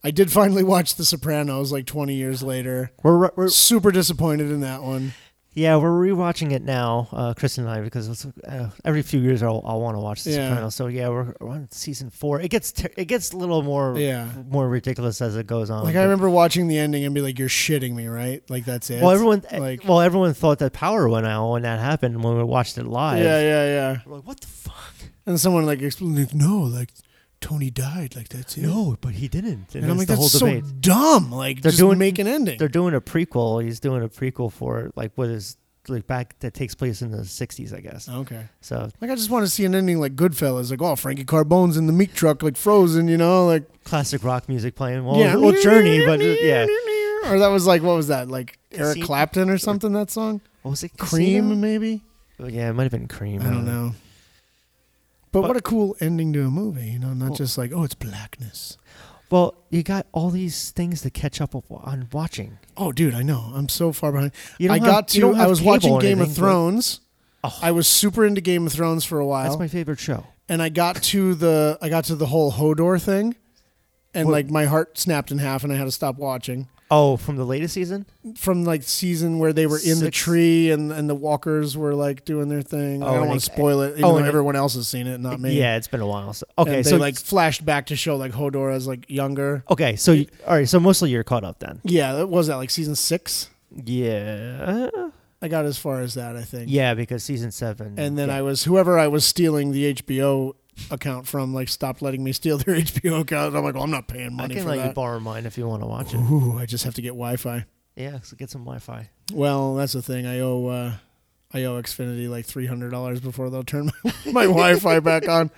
G: I did finally *laughs* watch The Sopranos like 20 years later.
F: we're, re- we're
G: Super disappointed in that one.
F: yeah, we're rewatching it now, uh, Kristen and I, because it's, uh, every few years I'll, I'll want to watch The
G: Yeah.
F: Sopranos. So yeah, we're, we're on season four. It gets ter- it gets a little more
G: Yeah.
F: more ridiculous as it goes on.
G: Like
F: Oh, but-
G: I remember watching the ending and be like, "You're shitting me, right?" Like that's it.
F: Well, everyone eh,
G: like,
F: well everyone thought that power went out when that happened when we watched it live.
G: yeah, yeah, yeah.
F: We're like, what the fuck?
G: And someone like explained, like, "No, like Tony died, like that's it."
F: No, but he didn't.
G: and I'm like,
F: the whole
G: "That's so
F: debate.
G: dumb." Like
F: They're
G: just
F: doing-
G: make an ending.
F: They're doing a prequel. He's doing a prequel for like what is like back that takes place in the '60s, I guess.
G: Okay.
F: So
G: Like I just want to see an ending like Goodfellas, like oh Frankie Carbone's in the meat truck, like frozen, you know, like
F: classic rock music playing. Well,
G: yeah,
F: well, Journey,
G: *laughs*
F: but uh, yeah.
G: Or that was like what was that like Eric
F: Casino-
G: Clapton or something? That song,
F: What was it?
G: Cream
F: Casino?
G: maybe.
F: Oh, yeah, it might have been Cream.
G: I don't know. But,
F: Uh, But-
G: what a cool ending to a movie, you know, not just like, oh, it's blackness.
F: Well, you got all these things to catch up on watching.
G: Oh, dude, I know. I'm so far behind.
F: You don't
G: I
F: have-
G: got
F: you
G: to,
F: don't
G: I
F: have
G: was
F: cable
G: watching
F: or
G: Game of
F: anything, but-
G: Thrones.
F: Oh.
G: I was super into Game of Thrones for a
F: That's
G: while.
F: my favorite show.
G: and I got to the, I got to the whole Hodor thing. And
F: What-
G: like my heart snapped in half and I had to stop watching.
F: Oh, from the latest season?
G: From like season where they were in the
F: Six.
G: tree and, and the walkers were like doing their thing.
F: Oh,
G: I don't
F: and
G: want
F: it-
G: to spoil it. Even
F: oh,
G: though
F: and it-
G: everyone else has seen it, not me.
F: Yeah, it's been a while. So,
G: And
F: okay,
G: they
F: so
G: like flashed back to show like Hodor as like younger.
F: okay, so you- all right, so mostly you're caught up then.
G: Yeah, that was that like season six.
F: Yeah.
G: I got as far as that, I think.
F: Yeah, because season seven.
G: And then
F: yeah.
G: I was whoever I was stealing the HBO account from, like stopped letting me steal their *laughs* HBO account. I'm like, well, I'm not paying
F: I
G: money
F: can
G: for
F: let you
G: that.
F: borrow mine if you want to watch it.
G: Ooh, I just have to get Wi-Fi.
F: Yeah, so get some Wi-Fi.
G: Well, that's the thing. I owe uh, I owe Xfinity like three hundred dollars before they'll turn my, *laughs* my Wi-Fi back on.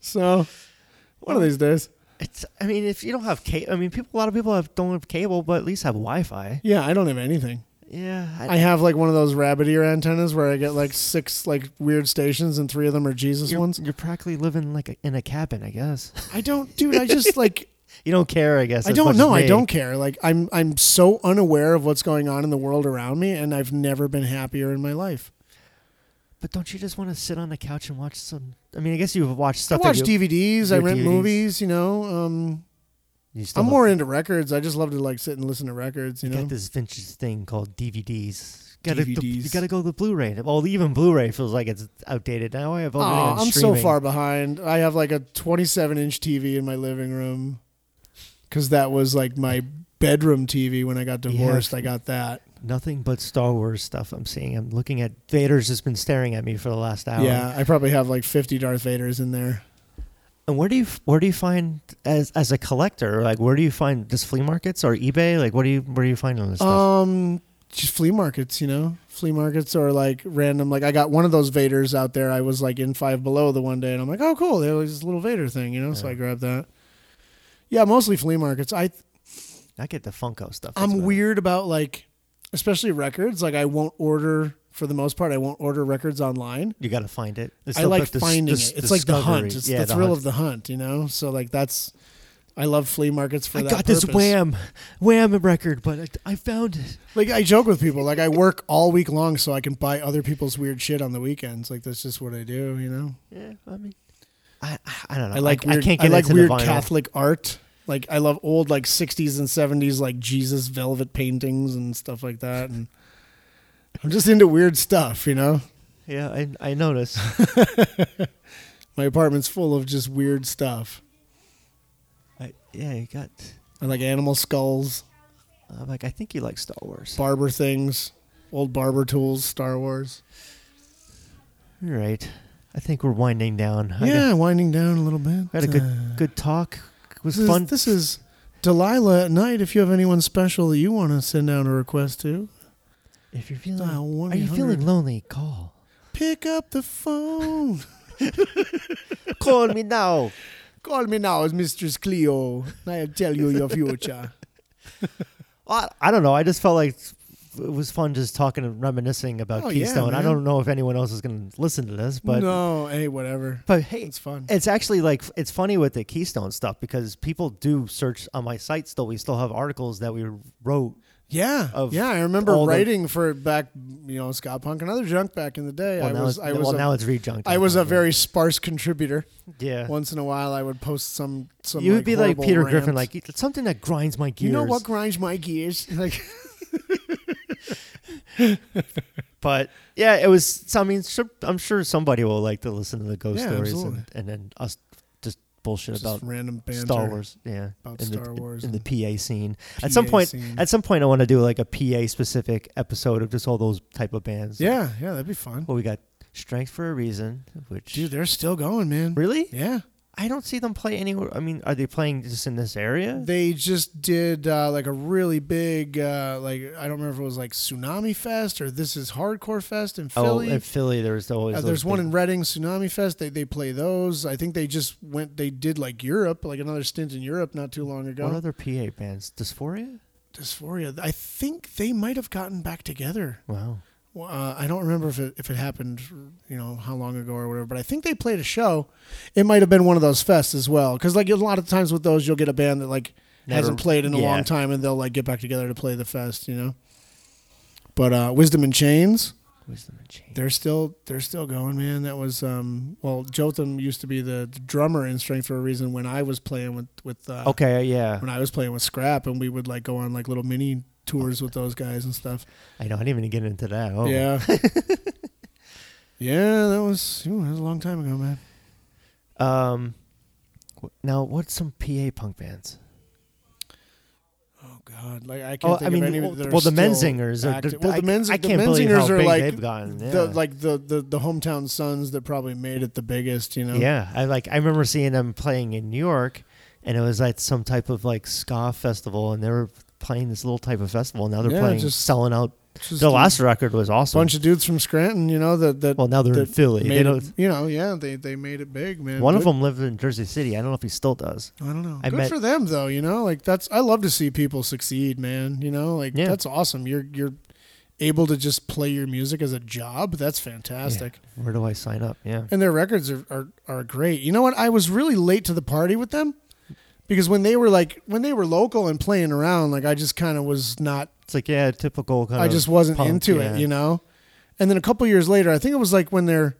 G: So one of these days.
F: It's. I mean, if you don't have cable, I mean, people. A lot of people have don't have cable, but at least have Wi-Fi.
G: Yeah, I don't have anything.
F: Yeah. I,
G: I have like one of those rabbit ear antennas where I get like six like weird stations and three of them are Jesus
F: you're,
G: ones.
F: you're practically living like a, in a cabin, I guess. *laughs*
G: I don't, dude. I just like
F: You don't care, I guess.
G: I
F: as
G: don't
F: much
G: know.
F: as
G: I
F: me.
G: don't care. Like I'm I'm so unaware of what's going on in the world around me, and I've never been happier in my life.
F: But don't you just want to sit on the couch and watch some? I mean, I guess you've watched
G: I
F: stuff.
G: watch
F: that you,
G: DVDs. I
F: your
G: rent
F: DVDs.
G: movies. You know, um,
F: you still
G: I'm
F: have-
G: more into records. I just love to like sit and listen to records. You
F: You
G: know,
F: got this vintage thing called DVDs. Gotta, the- you
G: DVDs.
F: got to go to the Blu-ray. Well, even Blu-ray feels like it's outdated now. I have everything
G: Aw,
F: on
G: I'm so
F: streaming.
G: far behind. I have like a 27 inch TV in my living room because that was like my bedroom TV when I got divorced. I got that.
F: Nothing but Star Wars stuff I'm seeing. I'm looking at Vader's just been staring at me for the last hour.
G: Yeah, I probably have like 50 Darth Vaders in there.
F: And where do you where do you find as as a collector like where do you find just flea markets or eBay like what do you where do you find all this stuff?
G: Um, just flea markets, you know, flea markets or like random. Like I got one of those Vaders out there. I was like in Five Below the one day, and I'm like, oh cool, there was this little Vader thing, you know. So I grabbed that. Yeah, mostly flea markets. I
F: I get the Funko stuff. that's
G: I'm
F: about it.
G: weird about like, especially records. Like I won't order for the most part. I won't order records online.
F: You got to find it. It's
G: I
F: the-
G: like
F: but this-
G: finding
F: this
G: it. It's like the hunt.
F: discovery.
G: It's
F: Yeah,
G: the, thrill
F: hunt.
G: of the hunt, you know. So like that's, I love flea markets for
F: I
G: that.
F: got this
G: purpose.
F: Wham Wham record, but I, I found it.
G: Like I joke with people, like I work all week long so I can buy other people's weird shit on the weekends. Like that's just what I do, you know.
F: Yeah, I mean, I I don't know.
G: I like
F: I,
G: weird,
F: can't get
G: like
F: into
G: weird
F: the vinyl.
G: Catholic art. Like I love old like 60s and 70s like Jesus velvet paintings and stuff like that and I'm just into weird stuff, you know.
F: Yeah, I I noticed. *laughs*
G: My apartment's full of just weird stuff.
F: I, yeah, you got.
G: I like animal skulls,
F: I'm like, I think you like Star Wars.
G: barber things, old barber tools, Star Wars.
F: All right, I think we're winding down. I
G: Yeah, winding down a little bit.
F: got- had a
G: Uh,
F: good good talk. It was
G: This is-
F: fun.
G: this is Delilah at night. If you have anyone special that you want to send down a request to,
F: if you're feeling,
G: dial one
F: are you feeling lonely? Call.
G: Pick up the phone.
F: *laughs* Call me now.
G: Call me now, it's Mistress Cleo. I'll tell you your *laughs* future.
F: *laughs* I, I don't know. I just felt like it was fun just talking and reminiscing about
G: Oh, yeah,
F: Keystone. I
G: man.
F: don't know if anyone else is going to listen to this, but
G: no, hey, whatever.
F: but hey,
G: It's fun.
F: It's actually like it's funny with the Keystone stuff because people do search on my site still. We still have articles that we wrote.
G: Yeah,
F: of
G: yeah. I remember
F: all the-
G: writing for back, you know, Scott Punk and other junk back in the day.
F: Well,
G: I
F: now
G: was,
F: it's,
G: I was,
F: well,
G: a-
F: now it's rejunked.
G: I was a very sparse contributor.
F: yeah.
G: Once in a while, I would post some. some
F: you would be like
G: horrible
F: Peter Griffin,
G: rant.
F: like "It's something that grinds my gears.
G: you know what grinds my gears? *laughs* Like,
F: But yeah, it was. So, I mean, sure, I'm sure somebody will like to listen to the ghost
G: Yeah,
F: stories
G: absolutely.
F: and, and then us just bullshit
G: just
F: about
G: random banter.
F: Star Wars, yeah,
G: about
F: in
G: Star
F: the,
G: Wars
F: in the
G: and
F: PA scene.
G: PA
F: at some point,
G: scene.
F: at some point, I want to do like a PA specific episode of just all those type of bands.
G: Yeah, yeah, that'd be fun.
F: Well, we got Strength for a Reason, which
G: Dude, they're still going, man.
F: really,
G: Yeah.
F: I don't see them play anywhere. I mean, are they playing just in this area?
G: They just did uh, like a really big, uh, like, I don't remember if it was like Tsunami Fest or This is Hardcore Fest in
F: oh,
G: Philly.
F: in Philly, there's always
G: Uh,
F: those
G: there's one
F: big-
G: in Reading, Tsunami Fest. They, they play those. I think they just went, they did like Europe, like another stint in Europe not too long ago.
F: What other PA bands? Dysphoria.
G: Dysphoria. I think they might have gotten back together.
F: Wow.
G: Well, uh, I don't remember if it if it happened, you know, how long ago or whatever. But I think they played a show. It might have been one of those fests as well, because like a lot of times with those, you'll get a band that like
F: Never-
G: hasn't played in a
F: yeah.
G: long time, and they'll like get back together to play the fest, you know. But uh, Wisdom and Chains,
F: Wisdom and Chains.
G: they're still they're still going, man. That was um, well, Jotham used to be the, the drummer in Strength for a Reason when I was playing with with uh,
F: Okay, yeah,
G: when I was playing with Scrap, and we would like go on like little mini tours with those guys and stuff.
F: I know. I didn't even get into that. Oh, *laughs*
G: Yeah. yeah, that was, ooh, that was a long time ago, man.
F: Um, wh- now what's some PA punk bands?
G: Oh God, like I can't.
F: Oh,
G: think
F: I mean,
G: of any
F: well,
G: that are
F: well, the
G: still
F: Menzingers are.
G: active.
F: they're-
G: Well, the Menz-
F: I, I
G: the
F: can't believe how
G: Menzingers are
F: big
G: like
F: they've gotten. Yeah.
G: the like the, the the hometown sons that probably made it the biggest. You know.
F: Yeah, I like. I remember seeing them playing in New York, and it was like some type of like ska festival, and they were playing this little type of festival. And now they're
G: Yeah,
F: playing,
G: just-
F: selling out.
G: Just
F: The last record was
G: a
F: awesome.
G: bunch of dudes from Scranton. You know that that.
F: well, now they're in
G: that
F: Philly. They
G: made
F: don't,
G: it, you know, yeah, they they made it big, man.
F: one of
G: Good-
F: them lived in Jersey City. I don't know if he still does.
G: I don't know.
F: I
G: Good
F: met-
G: for them though, you know? Like that's I love to see people succeed, man. You know, like
F: Yeah.
G: that's awesome. You're you're able to just play your music as a job. That's fantastic.
F: Where do I sign up? Yeah.
G: And their records are, are are great. You know what? I was really late to the party with them because when they were like when they were local and playing around, like I just kind of was not
F: It's like yeah, typical kind
G: I
F: of.
G: just wasn't
F: Oh, punk,
G: into
F: yeah.
G: it, you know. And then a couple years later, I think it was like when their,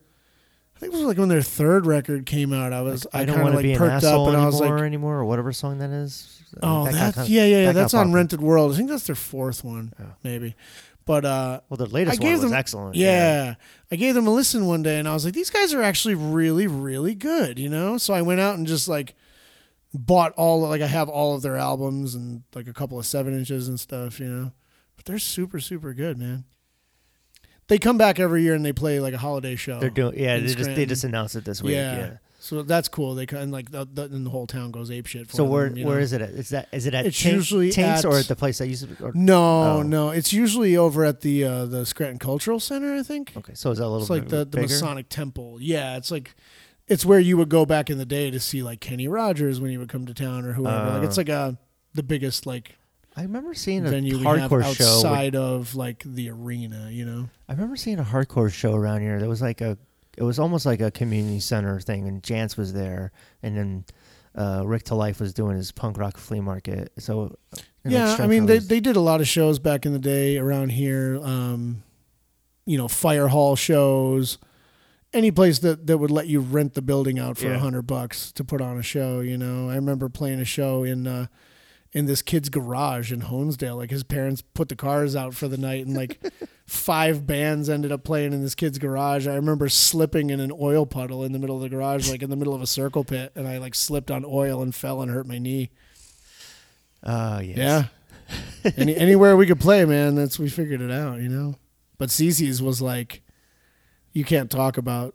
G: I think it was like when their third record came out. I was
F: I don't
G: kind of
F: want to
G: like
F: be an
G: perked
F: asshole
G: up and I was
F: anymore,
G: like,
F: anymore, or whatever song that is. I mean,
G: Oh,
F: that got
G: that's
F: kinda-
G: yeah, yeah, yeah.
F: that got
G: That's on
F: popular.
G: Rented World. I think that's their fourth one, maybe. But uh,
F: Well, the
G: I
F: latest one
G: gave
F: was
G: them
F: excellent.
G: Yeah, I gave them a listen one day, and I was like, these guys are actually really, really good, you know. So I went out and just like bought all like I have all of their albums and like a couple of seven inches and stuff, you know. But they're super, super good, man. They come back every year and they play like a holiday show.
F: They're doing yeah.
G: in
F: They just they
G: Scranton.
F: just announced it this week. Yeah.
G: Yeah. So that's cool. They kind of like the, the, and the whole town goes ape shit. For
F: So
G: them,
F: where
G: you
F: where
G: know?
F: is it? At? Is that is it at
G: It's
F: Tink-
G: usually
F: Tinks or
G: at-
F: at the place I used to? Or,
G: No,
F: Oh.
G: no. It's usually over at the uh, the Scranton Cultural Center, I think.
F: Okay, so is that a little
G: It's like
F: bit
G: the, the
F: bigger?
G: Masonic Temple. Yeah, it's like it's where you would go back in the day to see like Kenny Rogers when he would come to town or whoever. like
F: Uh.
G: it's like a the biggest like
F: I remember seeing a
G: venue we have
F: hardcore show. with-
G: outside of like the arena, you know.
F: I remember seeing a hardcore show around here. There was like a, it was almost like a community center thing, and Jance was there, and then uh, Rick to Life was doing his punk rock flea market. So uh, and, like,
G: yeah, I
F: Strength
G: mean they,
F: Brothers-
G: they did a lot of shows back in the day around here. Um, you know, fire hall shows, any place that, that would let you rent the building out for a
F: Yeah.
G: hundred bucks to put on a show. You know, I remember playing a show in uh, in this kid's garage in Honesdale. Like his parents put the cars out for the night, and like five bands ended up playing in this kid's garage. I remember slipping in an oil puddle in the middle of the garage, like in the middle of a circle pit, and I like slipped on oil and fell and hurt my knee.
F: Ah, yes.
G: Yeah. Any, anywhere we could play, man, that's we figured it out, you know. But CC's was like, you can't talk about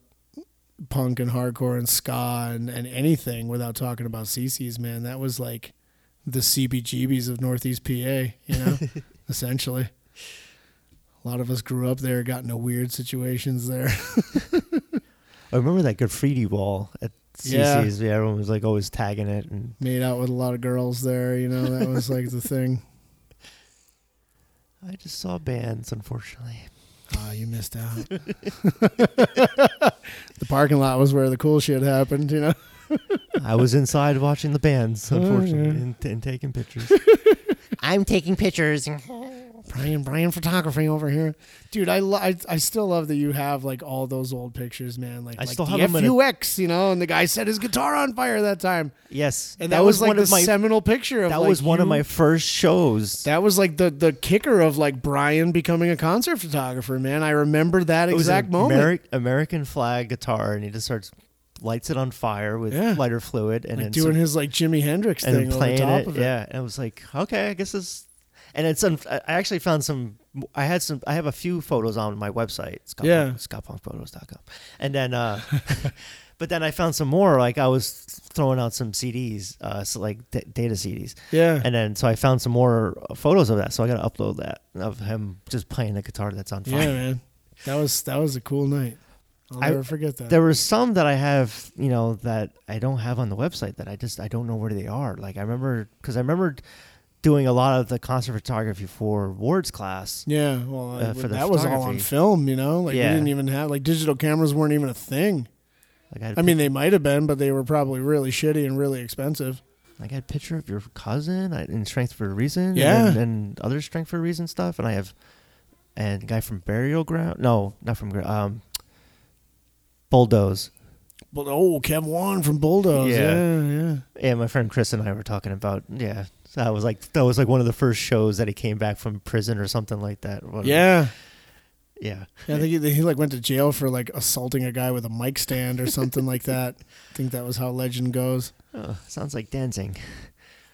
G: punk and hardcore and ska and, and anything without talking about CC's, man. That was like the CBGBs of Northeast PA, you know, essentially. A lot of us grew up there, got into weird situations there. *laughs*
F: I remember that graffiti wall at
G: Yeah.
F: CC's. Yeah, everyone was like always tagging it, and
G: Made out with a lot of girls there, you know. That was like the thing.
F: I just saw bands. Unfortunately,
G: Oh, you missed out. *laughs* the parking lot was where the cool shit happened, you know?
F: I was inside watching the bands.
G: Oh, yeah.
F: Unfortunately, and, and taking pictures. I'm taking pictures.
G: Brian, Brian photography over here. Dude, I, lo- I I still love that you have like all those old pictures, man. Like,
F: I
G: like
F: still
G: the
F: have 'em in a-
G: FUX, you know, and the guy set his guitar on fire that time.
F: Yes,
G: *laughs* And that, was, like
F: one
G: the
F: of my.
G: seminal picture of
F: that
G: like,
F: was one of
G: you-
F: my first shows.
G: That was like the the kicker of like Brian becoming a concert photographer, man. I remember that
F: It was an
G: exact moment.
F: Ameri- American flag guitar, and he just starts lights it on fire with
G: Yeah.
F: lighter fluid, and
G: like
F: then
G: doing
F: some-
G: his like Jimi Hendrix
F: and
G: thing
F: then playing
G: over top
F: it.
G: of it.
F: Yeah, and I was like, okay, I guess this. And it's un- I I actually found some. I had some. I have a few photos on my website. Scott
G: Yeah.
F: scottpunkphotos.com, and then. uh *laughs* But then I found some more. Like I was throwing out some CDs, uh, so like d- data CDs,
G: Yeah.
F: and then so I found some more photos of that. So I gotta upload that of him just playing the guitar that's on fire.
G: Yeah, man. That was that was a cool night. I'll
F: I-
G: never forget that.
F: there were some that I have, you know, that I don't have on the website that I just I don't know where they are. Like I remember because I remember doing a lot of the concert photography for Ward's class.
G: yeah, well,
F: uh, for the
G: that was all on
F: photography.
G: film, you know. Like
F: Yeah.
G: we didn't even have like digital cameras weren't even a thing.
F: Like I,
G: I mean, they might have been, but they were probably really shitty and really expensive.
F: like I had a picture of your cousin I, in Strength for a Reason,
G: Yeah.
F: and, and other Strength for a Reason stuff, and I have and a guy from Burial Ground. No, not from Gra- um, Bulldoze.
G: But oh, Kev Wan from Bulldoze.
F: Yeah.
G: Yeah, yeah.
F: Yeah, my friend Chris and I were talking about yeah. So that was like that was like one of the first shows that he came back from prison or something like that. What-
G: Yeah.
F: yeah.
G: Yeah, I think he, he like went to jail for like assaulting a guy with a mic stand or something like that. I think that was how legend goes.
F: Oh, sounds like dancing.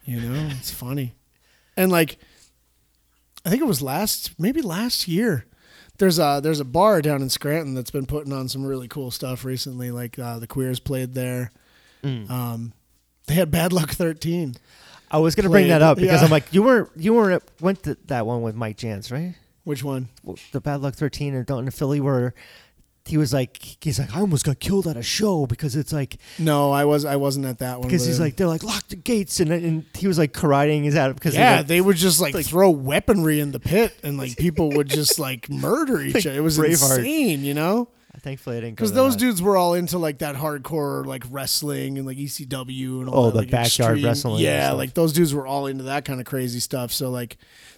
G: You know, it's funny. And like I think it was last maybe last year. There's a there's a bar down in Scranton that's been putting on some really cool stuff recently. Like uh, the Queers played there. Um, they had Bad Luck 13.
F: I was gonna bring
G: played.
F: that up because
G: Yeah.
F: I'm like, you weren't you weren't at- went to that one with Mike Jans, right?
G: Which one?
F: Well, The Bad Luck 13 and Dalton Philly where he was like, he's like, I almost got killed at a show because it's like,
G: No, I was I wasn't at that one.
F: because
G: but-
F: he's like, they're like lock the gates and and he was like karateing his out because
G: yeah,
F: he
G: they would just like,
F: like-
G: throw weaponry in the pit, and
F: *laughs*
G: like people would just like murder each other. It was
F: Braveheart.
G: insane, you know.
F: got- thankfully I didn't go
G: Because
F: to
G: those
F: that.
G: dudes were all into like that hardcore, like wrestling and like ECW and all
F: Oh,
G: that,
F: the
G: like,
F: backyard
G: extreme-
F: wrestling and
G: Yeah,
F: stuff.
G: like those dudes were all into that kind of crazy stuff. So like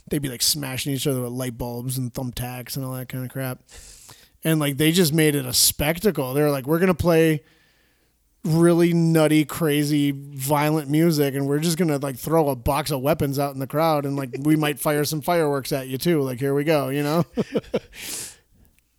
G: they'd be like smashing each other with light bulbs and thumbtacks and all that kind of crap. And like they just made it a spectacle. They were like, we're gonna play really nutty, crazy, violent music, and we're just gonna like throw a box of weapons out in the crowd, and like we might fire some fireworks at you too. Like here we go, you know.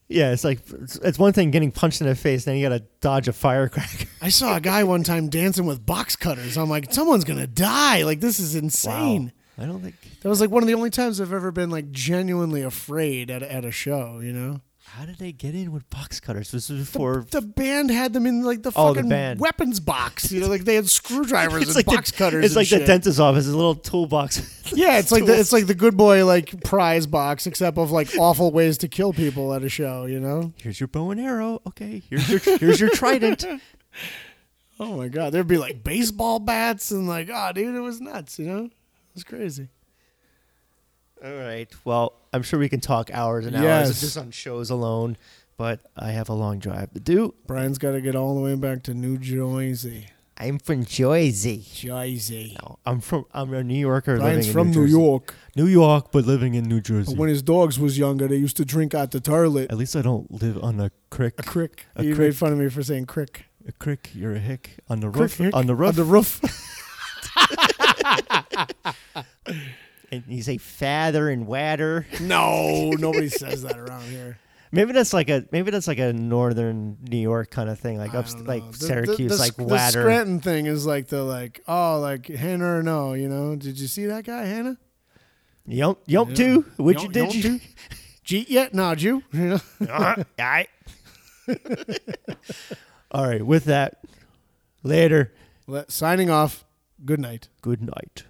F: yeah, it's like it's, it's one thing getting punched in the face, then you gotta dodge a firecracker.
G: I saw a guy one time dancing with box cutters. I'm like, someone's gonna die. Like this is *laughs* insane.
F: I don't think
G: That was like one of the only times I've ever been like genuinely afraid at, at a show. You know,
F: How did they get in with box cutters? This was before.
G: The band had them in like the
F: Oh, the
G: fucking
F: band.
G: weapons box. You know, like they had screwdrivers and box
F: the,
G: cutters.
F: *laughs* *laughs* It's
G: and
F: like the
G: shit.
F: dentist's office, a little toolbox. *laughs*
G: Yeah, it's like the, it's like the good boy like prize box, except of like awful ways to kill people at a show. You know?
F: here's your bow and arrow. Okay, here's your here's your *laughs* trident.
G: Oh my god, there'd be like baseball bats and like, oh dude, it was nuts. You know, it was crazy.
F: All right. Well, I'm sure we can talk hours and hours
G: Yes.
F: just on shows alone, but I have a long drive to do.
G: Brian's got to get all the way back to New Jersey.
F: I'm from Jersey.
G: Jersey.
F: No, I'm from I'm a New Yorker
G: Brian's
F: living
G: from
F: in
G: New,
F: New, Jersey.
G: York.
F: New York, but living in New Jersey.
G: But when his dogs was younger, they used to drink out the toilet.
F: At least I don't live on a crick.
G: A crick.
F: A
G: he
F: crick.
G: made fun of me for saying crick.
F: A crick, you're a hick on the
G: Crick,
F: roof.
G: hick.
F: on the roof,
G: On the roof.
F: and you say father and wadder.
G: *laughs* no, nobody says that around here.
F: *laughs* Maybe that's like a maybe that's like a northern New York kind of thing, like up,
G: I don't
F: like
G: know. The- the-
F: Syracuse,
G: the,
F: like
G: the
F: wadder.
G: Scranton thing is like the like oh like Hannah or no, you know? Did you see that guy Hannah?
F: Yump, yump, too. Would you
G: Yump,
F: did
G: yump
F: you? *laughs*
G: Jeet yet? Nah, Jew. *laughs* You know?
F: Uh, aye. *laughs* All right. With that, later.
G: Let- Signing off. Good night.
F: Good night.